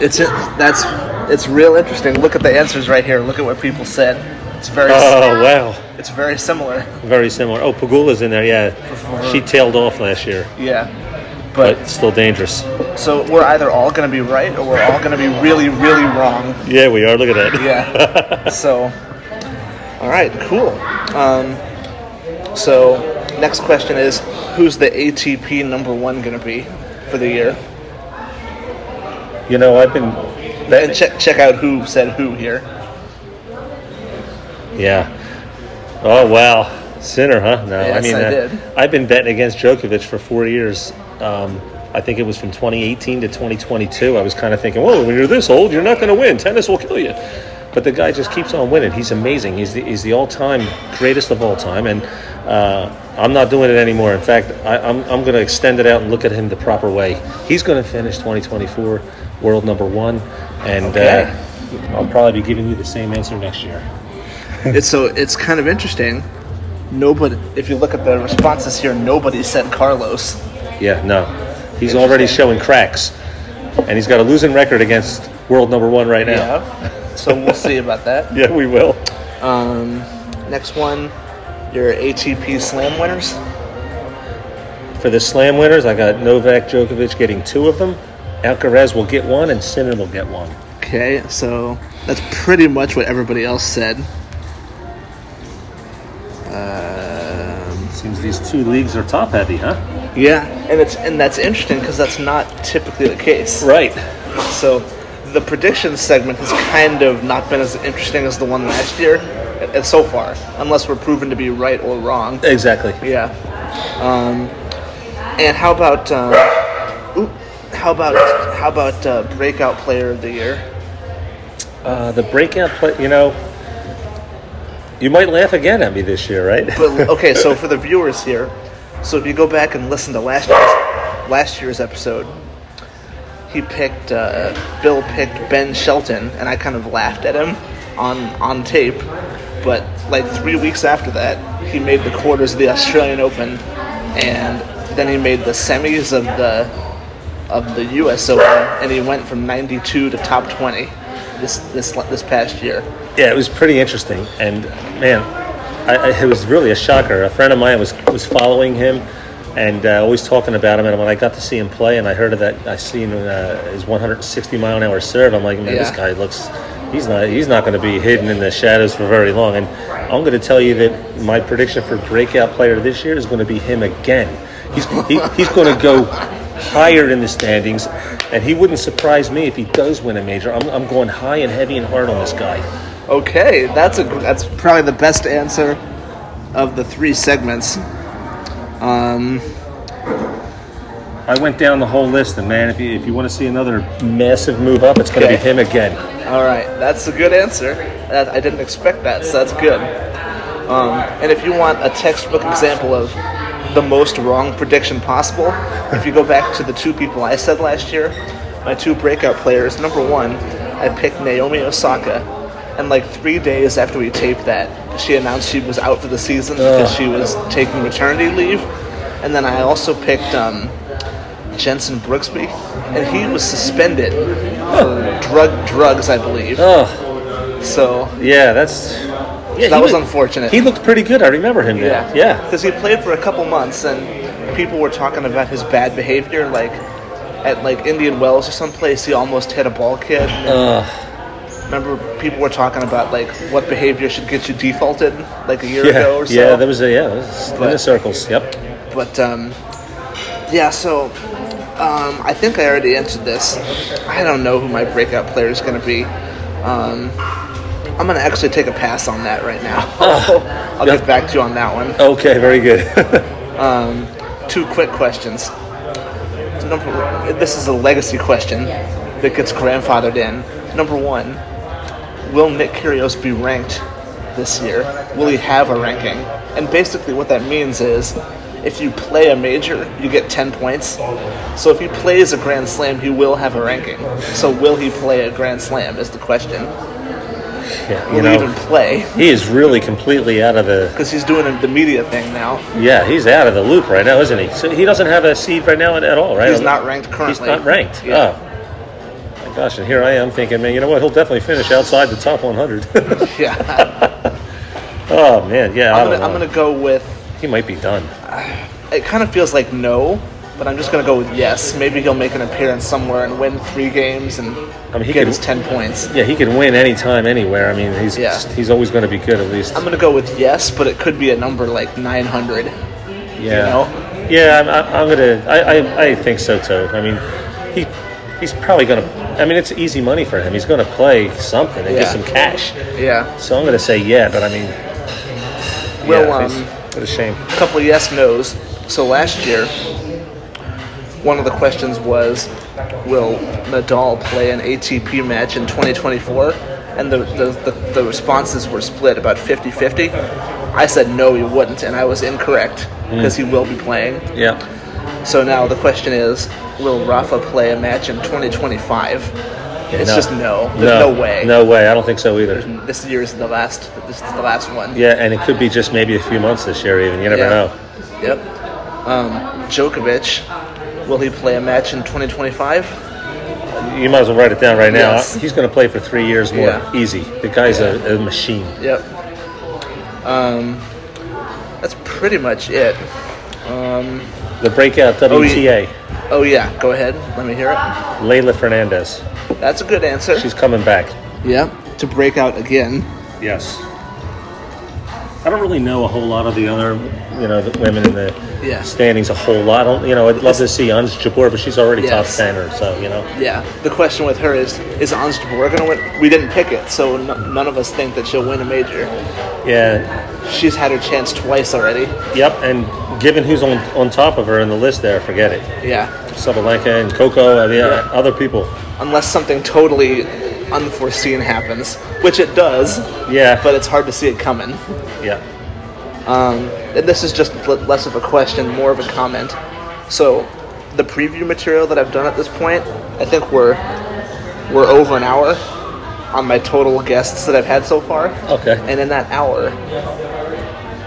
S1: It's it, that's it's real interesting. Look at the answers right here. Look at what people said. It's very
S4: Oh, wow,
S1: it's very similar.
S4: very similar. Oh, Pagula's in there. Yeah, she tailed off last year,
S1: Yeah. But
S4: still dangerous.
S1: so we're either all going to be right or we're all going to be really really wrong.
S4: Yeah, we are. Look at that.
S1: Yeah. so All right, cool. Um so next question is who's the ATP number 1 going to be for the year?
S4: You know, I've been.
S1: And check check out who said who here.
S4: Yeah. Oh wow, sinner, huh? No,
S1: Yes,
S4: I mean,
S1: I
S4: uh,
S1: did.
S4: I've been betting against Djokovic for four years. Um, I think it was from 2018 to 2022. I was kind of thinking, well, when you're this old, you're not going to win. Tennis will kill you. But the guy just keeps on winning. He's amazing. He's the, he's the all-time greatest of all time, and uh, I'm not doing it anymore. In fact, I, I'm, I'm going to extend it out and look at him the proper way. He's going to finish 2024 world number one, and
S1: Okay.
S4: uh, I'll probably be giving you the same answer next year.
S1: it's so it's kind of interesting. Nobody, if you look at the responses here, nobody said Carlos.
S4: Yeah, no. He's already showing cracks. And he's got a losing record against world number one right now.
S1: Yeah. So we'll see about that.
S4: Yeah, we will.
S1: Um, next one, your ATP Slam winners.
S4: For the slam winners, I got Novak Djokovic getting two of them. Alcaraz will get one, and Sinner will get one.
S1: Okay, so that's pretty much what everybody else said. Um,
S4: Seems these two leagues are top heavy, huh?
S1: yeah, and it's and that's interesting because that's not typically the case.
S4: Right.
S1: So the predictions segment has kind of not been as interesting as the one last year, and so far, unless we're proven to be right or wrong.
S4: Exactly.
S1: Yeah. Um, and how about um, oop, how about how about uh, breakout player of the year?
S4: Uh, the breakout play, you know, you might laugh again at me this year, right?
S1: But okay, so for the viewers here, so if you go back and listen to last year's, last year's episode, he picked uh, Bill picked Ben Shelton, and I kind of laughed at him on on tape. But like three weeks after that, he made the quarters of the Australian Open, and then he made the semis of the of the U.S. Open, and he went from 92 to top 20 this this this past year.
S4: yeah, it was pretty interesting, and man, I, I, it was really a shocker. A friend of mine was was following him, and uh, always talking about him. And when I got to see him play, and I heard of that, I seen uh, his 160 mile an hour serve. I'm like, man, this
S1: Yeah.
S4: guy looks. He's not. He's not going to be hidden in the shadows for very long. And I'm going to tell you that my prediction for breakout player this year is going to be him again. He's he, he's going to go higher in the standings, and he wouldn't surprise me if he does win a major. I'm, I'm going high and heavy and hard on this guy.
S1: Okay, that's a gr- that's probably the best answer of the three segments. Um,
S4: I went down the whole list, and man, if you, if you want to see another massive move up, it's going to
S1: Okay.
S4: be him again.
S1: all right, that's a good answer. That, I didn't expect that, so that's good. Um, and if you want a textbook example of the most wrong prediction possible, if you go back to the two people I said last year, my two breakout players. Number one, I picked Naomi Osaka, and like three days after we taped that, she announced she was out for the season because she was taking maternity leave. And then I also picked um, Jensen Brooksby, and he was suspended for drug drugs, I believe.
S4: Oh,
S1: So
S4: yeah, that's yeah,
S1: that
S4: he
S1: was unfortunate.
S4: He looked pretty good. I remember him. Yeah, yeah.
S1: Because he played for a couple months, and people were talking about his bad behavior, like at like Indian Wells or someplace, he almost hit a ball kid.
S4: Uh,
S1: Remember, people were talking about like what behavior should get you defaulted, like a year
S4: yeah,
S1: ago or so.
S4: yeah. That was a, yeah. That was in the
S1: But-
S4: circles. Yep.
S1: But um, yeah, so um, I think I already answered this. I don't know who my breakout player is going to be. Um, I'm going to actually take a pass on that right now. I'll get back to you on that one.
S4: Okay, very good.
S1: Um, two quick questions. Number, this is a legacy question that gets grandfathered in. Number one, will Nick Kyrgios be ranked this year? Will he have a ranking? And basically, what that means is, if you play a major, you get ten points. So if he plays a Grand Slam, he will have a ranking. So will he play a Grand Slam? Is the question.
S4: yeah,
S1: Will
S4: you
S1: he even
S4: know,
S1: play?
S4: he is really completely out of the.
S1: Because he's doing the media thing now.
S4: Yeah, he's out of the loop right now, isn't he? So he doesn't have a seed right now at, at all, right?
S1: He's not ranked
S4: He's
S1: currently.
S4: not ranked.
S1: Yeah.
S4: Oh. My gosh, and here I am thinking, man, you know what? He'll definitely finish outside the top 100.
S1: Yeah.
S4: Oh man, yeah. I
S1: I'm
S4: don't
S1: gonna, I'm
S4: know.
S1: gonna go with.
S4: He might be done.
S1: It kind of feels like no, but I'm just gonna go with yes. Maybe he'll make an appearance somewhere and win three games and
S4: I mean, he
S1: get
S4: could-
S1: his ten points.
S4: Yeah, he can win anytime, anywhere. I mean, he's
S1: Yeah.
S4: he's always going to be good at least.
S1: I'm gonna go with yes, but it could be a number like 900.
S4: yeah,
S1: know?
S4: yeah. I'm, I'm- I'm gonna. I, I I think so too. I mean, he he's probably gonna. I mean, it's easy money for him. He's gonna play something and
S1: Yeah.
S4: get some cash.
S1: Yeah.
S4: So I'm gonna say yeah, but I mean,
S1: Well,
S4: yeah,
S1: um,
S4: he's- what a shame.
S1: A couple of yes nos. So last year, one of the questions was, will Nadal play an ATP match in 2024? And the, the, the, the responses were split about 50 50. I said no, he wouldn't, and I was incorrect
S4: Hmm.
S1: because he will be playing.
S4: Yeah,
S1: So now the question is, will Rafa play a match in 2025? it's
S4: no.
S1: just no. There's no, way.
S4: No way. I don't think so either.
S1: This year is the last. This is the last one.
S4: Yeah, and it could be just maybe a few months this year. Even you never
S1: Yeah.
S4: know.
S1: Yep. Um, Djokovic, will he play a match in 2025?
S4: You might as well write it down right now.
S1: Yes.
S4: He's going to play for three years more.
S1: Yeah.
S4: Easy. The guy's a, a machine.
S1: Yep. Um, that's pretty much it. Um,
S4: The breakout
S1: Oh, yeah.
S4: WTA,
S1: Oh yeah, go ahead. Let me hear it.
S4: Layla Fernandez.
S1: That's a good answer.
S4: She's coming back.
S1: Yep. To break out again.
S4: Yes. I don't really know a whole lot of the other, you know, the women in the
S1: Yeah.
S4: standings a whole lot. I don't, you know, I'd love to see Anj Jabor, but she's already
S1: Yes.
S4: top ten or so, you know.
S1: Yeah. The question with her is: Is Ons Jabeur gonna win? We didn't pick it, so n- none of us think that she'll win a major.
S4: Yeah.
S1: She's had her chance twice already.
S4: Yep. And given who's on on top of her in the list, there, forget it.
S1: Yeah.
S4: Sabalenka and Coco. I mean, uh, other people.
S1: Unless something totally unforeseen happens, which it does,
S4: Yeah.
S1: but it's hard to see it coming.
S4: yeah.
S1: Um, and this is just l- less of a question, more of a comment. So, the preview material that I've done at this point, I think we're we're over an hour on my total guests that I've had so far.
S4: Okay.
S1: And in that hour,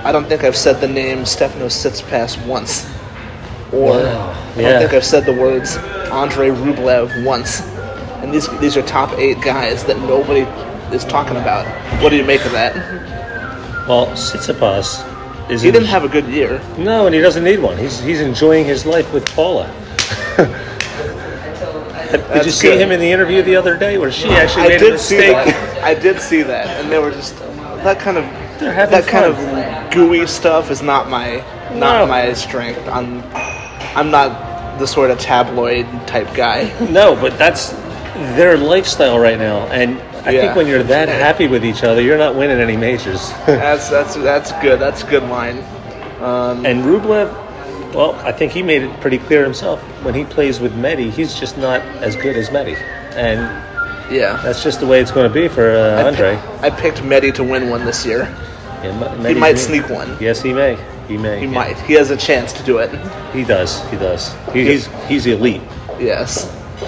S1: I don't think I've said the name Stefano Sitsipas once, or
S4: Wow.
S1: I don't
S4: Yeah.
S1: think I've said the words Andre Rublev once. And these these are top eight guys that nobody is talking about. What do you make of
S4: Mm-hmm.
S1: that?
S4: Well, Tsitsipas is.
S1: He didn't have a good year.
S4: No, and he doesn't need one. He's he's enjoying his life with Paula. Did you
S1: That's
S4: see
S1: good.
S4: him in the interview the other day where she actually
S1: I
S4: made a
S1: did see
S4: mistake?
S1: that. I did see that, and they were just that kind of
S4: They're having
S1: that kind
S4: fun.
S1: of gooey stuff is not my not
S4: No.
S1: my strength. I'm I'm not the sort of tabloid type guy.
S4: no, but that's their lifestyle right now. And I
S1: Yeah.
S4: think when you're that happy with each other, you're not winning any majors.
S1: that's that's that's good. That's a good line. Um,
S4: and Rublev, well, I think he made it pretty clear himself. When he plays with Medi, he's just not as good as Medi. And
S1: yeah.
S4: that's just the way it's going to be for uh, Andre.
S1: I picked Medi to win one this year.
S4: Yeah, Me-
S1: He
S4: Medi's
S1: might
S4: new.
S1: sneak one.
S4: Yes, he may. He may.
S1: He
S4: yeah.
S1: might. He has a chance to do it.
S4: He does. He does. He, he's he's elite.
S1: Yes.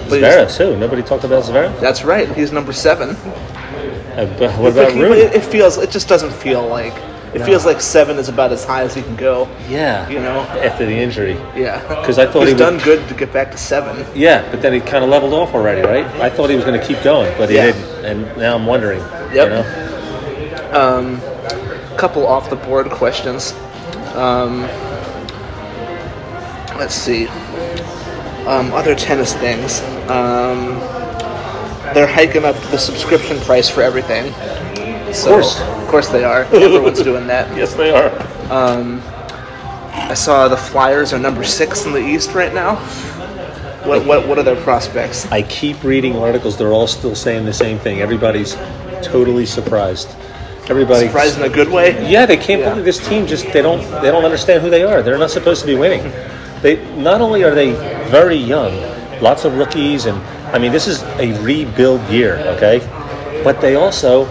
S1: But he's-
S4: Zverev too. Nobody talked about Zverev.
S1: That's right. He's number seven.
S4: Uh, but what
S1: But
S4: about
S1: he-
S4: Rune?
S1: it, it feels. It just doesn't feel like. It
S4: No.
S1: feels like seven is about as high as he can go.
S4: Yeah,
S1: You know.
S4: after the injury.
S1: Yeah.
S4: 'Cause I thought
S1: he's
S4: he would-
S1: done good to get back to seven.
S4: Yeah, but then he kind of leveled off already, right? I thought he was going to keep going, but he
S1: Yeah.
S4: didn't, and now I'm wondering. Yep.
S1: Yep. Um, couple off the board questions. Um, let's see. Um, other tennis things. Um, they're hiking up the subscription price for everything. So, of
S4: course.
S1: Of course they are. Everyone's doing that.
S4: Yes, they are.
S1: I saw the Flyers are number six in the East right now. What, what, what are their prospects?
S4: I keep reading articles. They're all still saying the same thing. Everybody's totally surprised. Everybody.
S1: Surprised in a good way?
S4: Yeah, they can't
S1: Yeah.
S4: believe this team just they don't they don't understand who they are. They're not supposed to be winning. They not only are they very young, lots of rookies and I mean this is a rebuild year, okay? But they also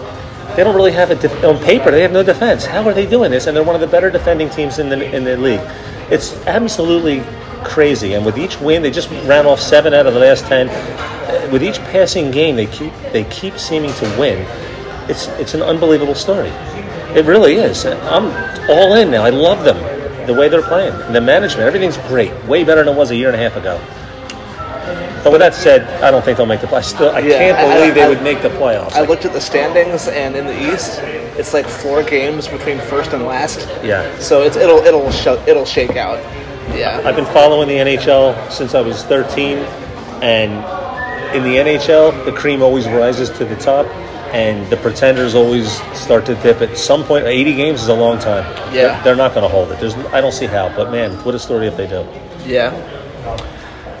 S4: they don't really have a def- on paper they have no defense. How are they doing this? And they're one of the better defending teams in the in the league. It's absolutely crazy. And with each win, they just ran off seven out of the last ten. Uh, With each passing game, they keep they keep seeming to win it's it's an unbelievable story. It really is. I'm all in now. I love them. The way they're playing, the management, everything's great. Way better than it was a year and a half ago. But with that said, I don't think they'll make the. play- I still, I
S1: Yeah,
S4: can't
S1: I- I-
S4: believe they
S1: I-
S4: would make the playoffs.
S1: I looked at the standings, and in the East, it's like four games between first and last.
S4: yeah,
S1: So it's it'll it'll sh- it'll shake out. Yeah.
S4: I've been following the NHL since I was 13, and in the NHL, the cream always rises to the top, and the pretenders always start to dip at some point. 80 games is a long time.
S1: Yeah.
S4: they're, they're not going to hold it. There's, I don't see how. But man, what a story if they do.
S1: Yeah.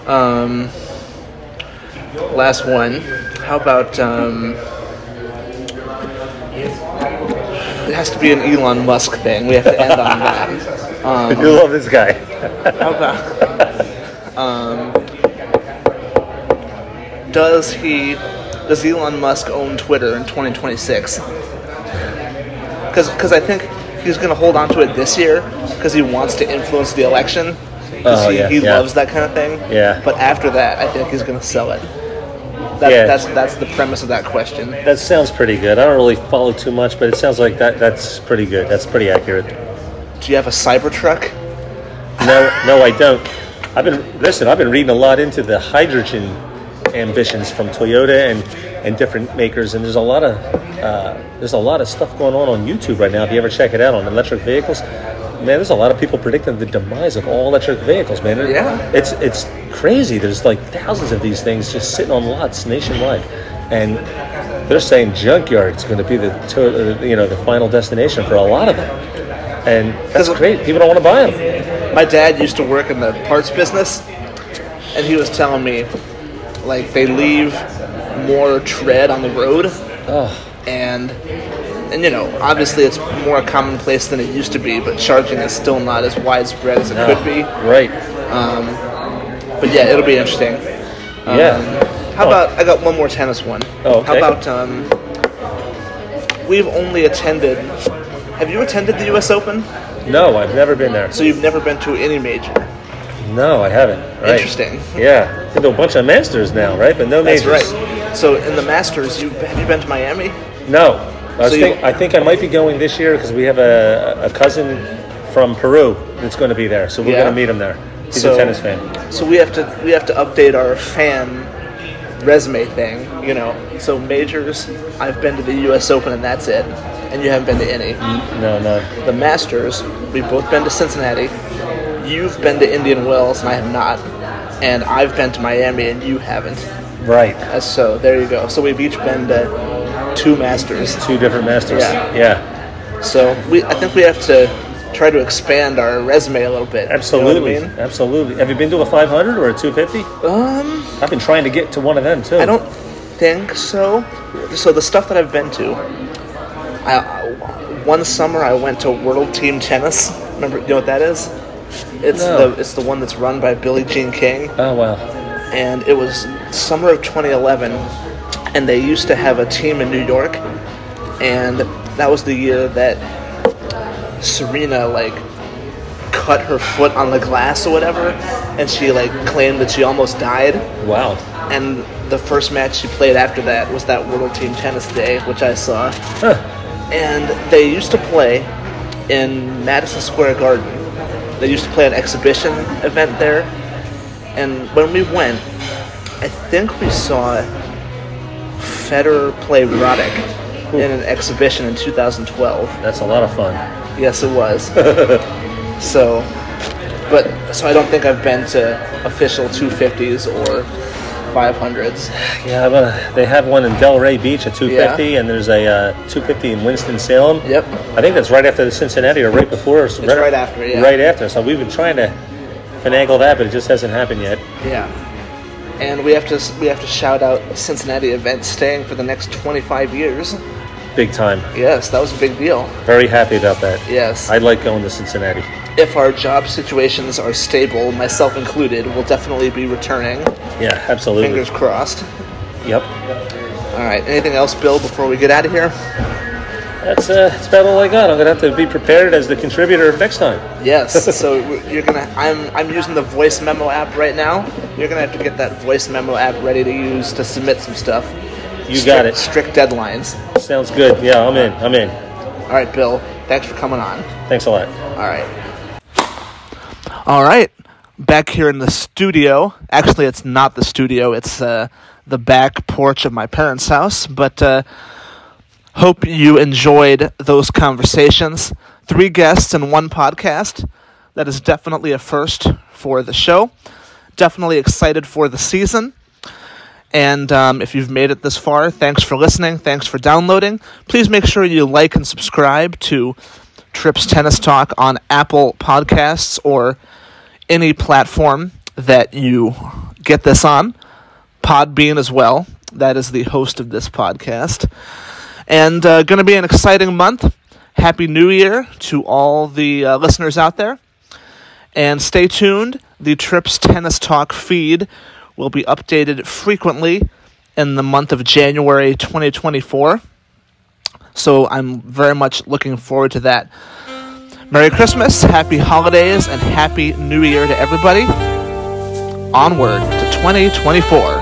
S1: Um. Last one. How about um? It has to be an Elon Musk thing. We have to end on that.
S4: you love this guy.
S1: How about um? Does he? Does Elon Musk own Twitter in 2026? Because I think he's going to hold on to it this year because he wants to influence the election. 'Cause
S4: Oh,
S1: he,
S4: yeah,
S1: he
S4: yeah.
S1: loves that kind of thing.
S4: Yeah.
S1: But after that, I think he's going to sell it. That,
S4: Yeah.
S1: That's that's the premise of that question.
S4: That sounds pretty good. I don't really follow too much, but it sounds like that. That's pretty good. That's pretty accurate.
S1: Do you have a Cybertruck?
S4: No, no, I don't. I've been listen. I've been reading a lot into the hydrogen ambitions from Toyota and and different makers. And there's a lot of uh, there's a lot of stuff going on on YouTube right now. If you ever check it out on electric vehicles, man, there's a lot of people predicting the demise of all electric vehicles, man. It-
S1: Yeah.
S4: It's it's crazy. There's like thousands of these things just sitting on lots nationwide, and they're saying junkyard's going to be the to, uh, you know the final destination for a lot of them, and that's
S1: Does it-
S4: great. People don't want to buy them.
S1: My dad used to work in the parts business, and he was telling me, like, they leave more tread on the road, and and you know, obviously it's more commonplace than it used to be, but charging is still not as widespread as it could be.
S4: right.
S1: But yeah, it'll be interesting. Um,
S4: yeah.
S1: How
S4: Oh.
S1: about I got one more tennis one.
S4: Oh,
S1: How
S4: okay.
S1: about um, we've only attended. Have you attended the U.S. Open?
S4: No, I've never been there.
S1: So you've never been to any major.
S4: No, I haven't. Right.
S1: Interesting.
S4: Yeah, they do a bunch of masters now, right? But no
S1: That's
S4: majors.
S1: right. So in the Masters, you have you been to Miami?
S4: No, I, was
S1: So you-
S4: think, I think I might be going this year because we have a, a cousin from Peru that's going to be there, so we're
S1: Yeah?
S4: going to meet him there. He's
S1: So-
S4: a tennis fan.
S1: So we have to we have to update our fan resume thing, you know. So majors, I've been to the U.S. Open and that's it, and you haven't been to any.
S4: No, no.
S1: The Masters, we've both been to Cincinnati. You've been to Indian Wells and I have not, and I've been to Miami and you haven't.
S4: Right.
S1: Uh, So there you go. So we've each been to two Masters.
S4: Two different masters.
S1: Yeah.
S4: Yeah.
S1: So we I think we have to try to expand our resume a little bit.
S4: Absolutely.
S1: You know what I mean?
S4: Absolutely. Have you been to a 500 or a 250?
S1: Um,
S4: I've been trying to get to one of them too.
S1: I don't think so. So the stuff that I've been to, I, I- one summer I went to World Team Tennis. Remember, you know what that is? It's
S4: No.
S1: the it's the one that's run by Billie Jean King,
S4: Oh wow.
S1: and it was summer of 2011, and they used to have a team in New York, and that was the year that Serena like cut her foot on the glass or whatever, and she like claimed that she almost died
S4: Wow.
S1: and the first match she played after that was that World Team Tennis Day, which I saw. And they used to play in Madison Square Garden. They used to play an exhibition event there. And when we went, I think we saw Federer play Roddick in an exhibition in 2012.
S4: That's a lot of fun.
S1: Yes, it was. so, but so I don't think I've been to official 250s or 500s.
S4: Yeah, I'm gonna, they have one in Delray Beach at 250, and there's a uh, 250 in Winston Salem.
S1: Yep.
S4: I think that's right after the Cincinnati, or right before. It's
S1: right after, yeah.
S4: Right after. So we've been trying to finagle that, but it just hasn't happened yet.
S1: Yeah. And we have to we have to shout out Cincinnati event staying for the next 25 years.
S4: Big time.
S1: Yes, that was a big deal.
S4: Very happy about that.
S1: Yes.
S4: I like going to Cincinnati.
S1: if our job situations are stable, myself included, we'll definitely be returning.
S4: Yeah, absolutely.
S1: Fingers crossed.
S4: Yep.
S1: All right. Anything else, Bill, before we get out of here?
S4: That's uh, that's about all I got. I'm gonna have to be prepared as the contributor next time.
S1: Yes. so you're gonna. I'm I'm using the voice memo app right now. You're gonna have to get that voice memo app ready to use to submit some stuff.
S4: You
S1: Strict-
S4: got it.
S1: Strict deadlines.
S4: Sounds good. Yeah, I'm in. I'm in.
S1: All right, Bill. Thanks for coming on.
S4: Thanks a lot.
S1: All right. All right. Back here in the studio. Actually, it's not the studio, it's uh, the back porch of my parents' house. But uh, hope you enjoyed those conversations. Three guests and one podcast. That is definitely a first for the show. Definitely excited for the season. And um, if you've made it this far, thanks for listening. Thanks for downloading. Please make sure you like and subscribe to Trips Tennis Talk on Apple Podcasts or any platform that you get this on. Podbean as well. That is the host of this podcast. And uh, going to be an exciting month. Happy New Year to all the uh, listeners out there. And stay tuned. The Trips Tennis Talk feed will be updated frequently in the month of January 2024. So I'm very much looking forward to that. Merry Christmas, happy holidays, and happy new year to everybody. Onward to 2024.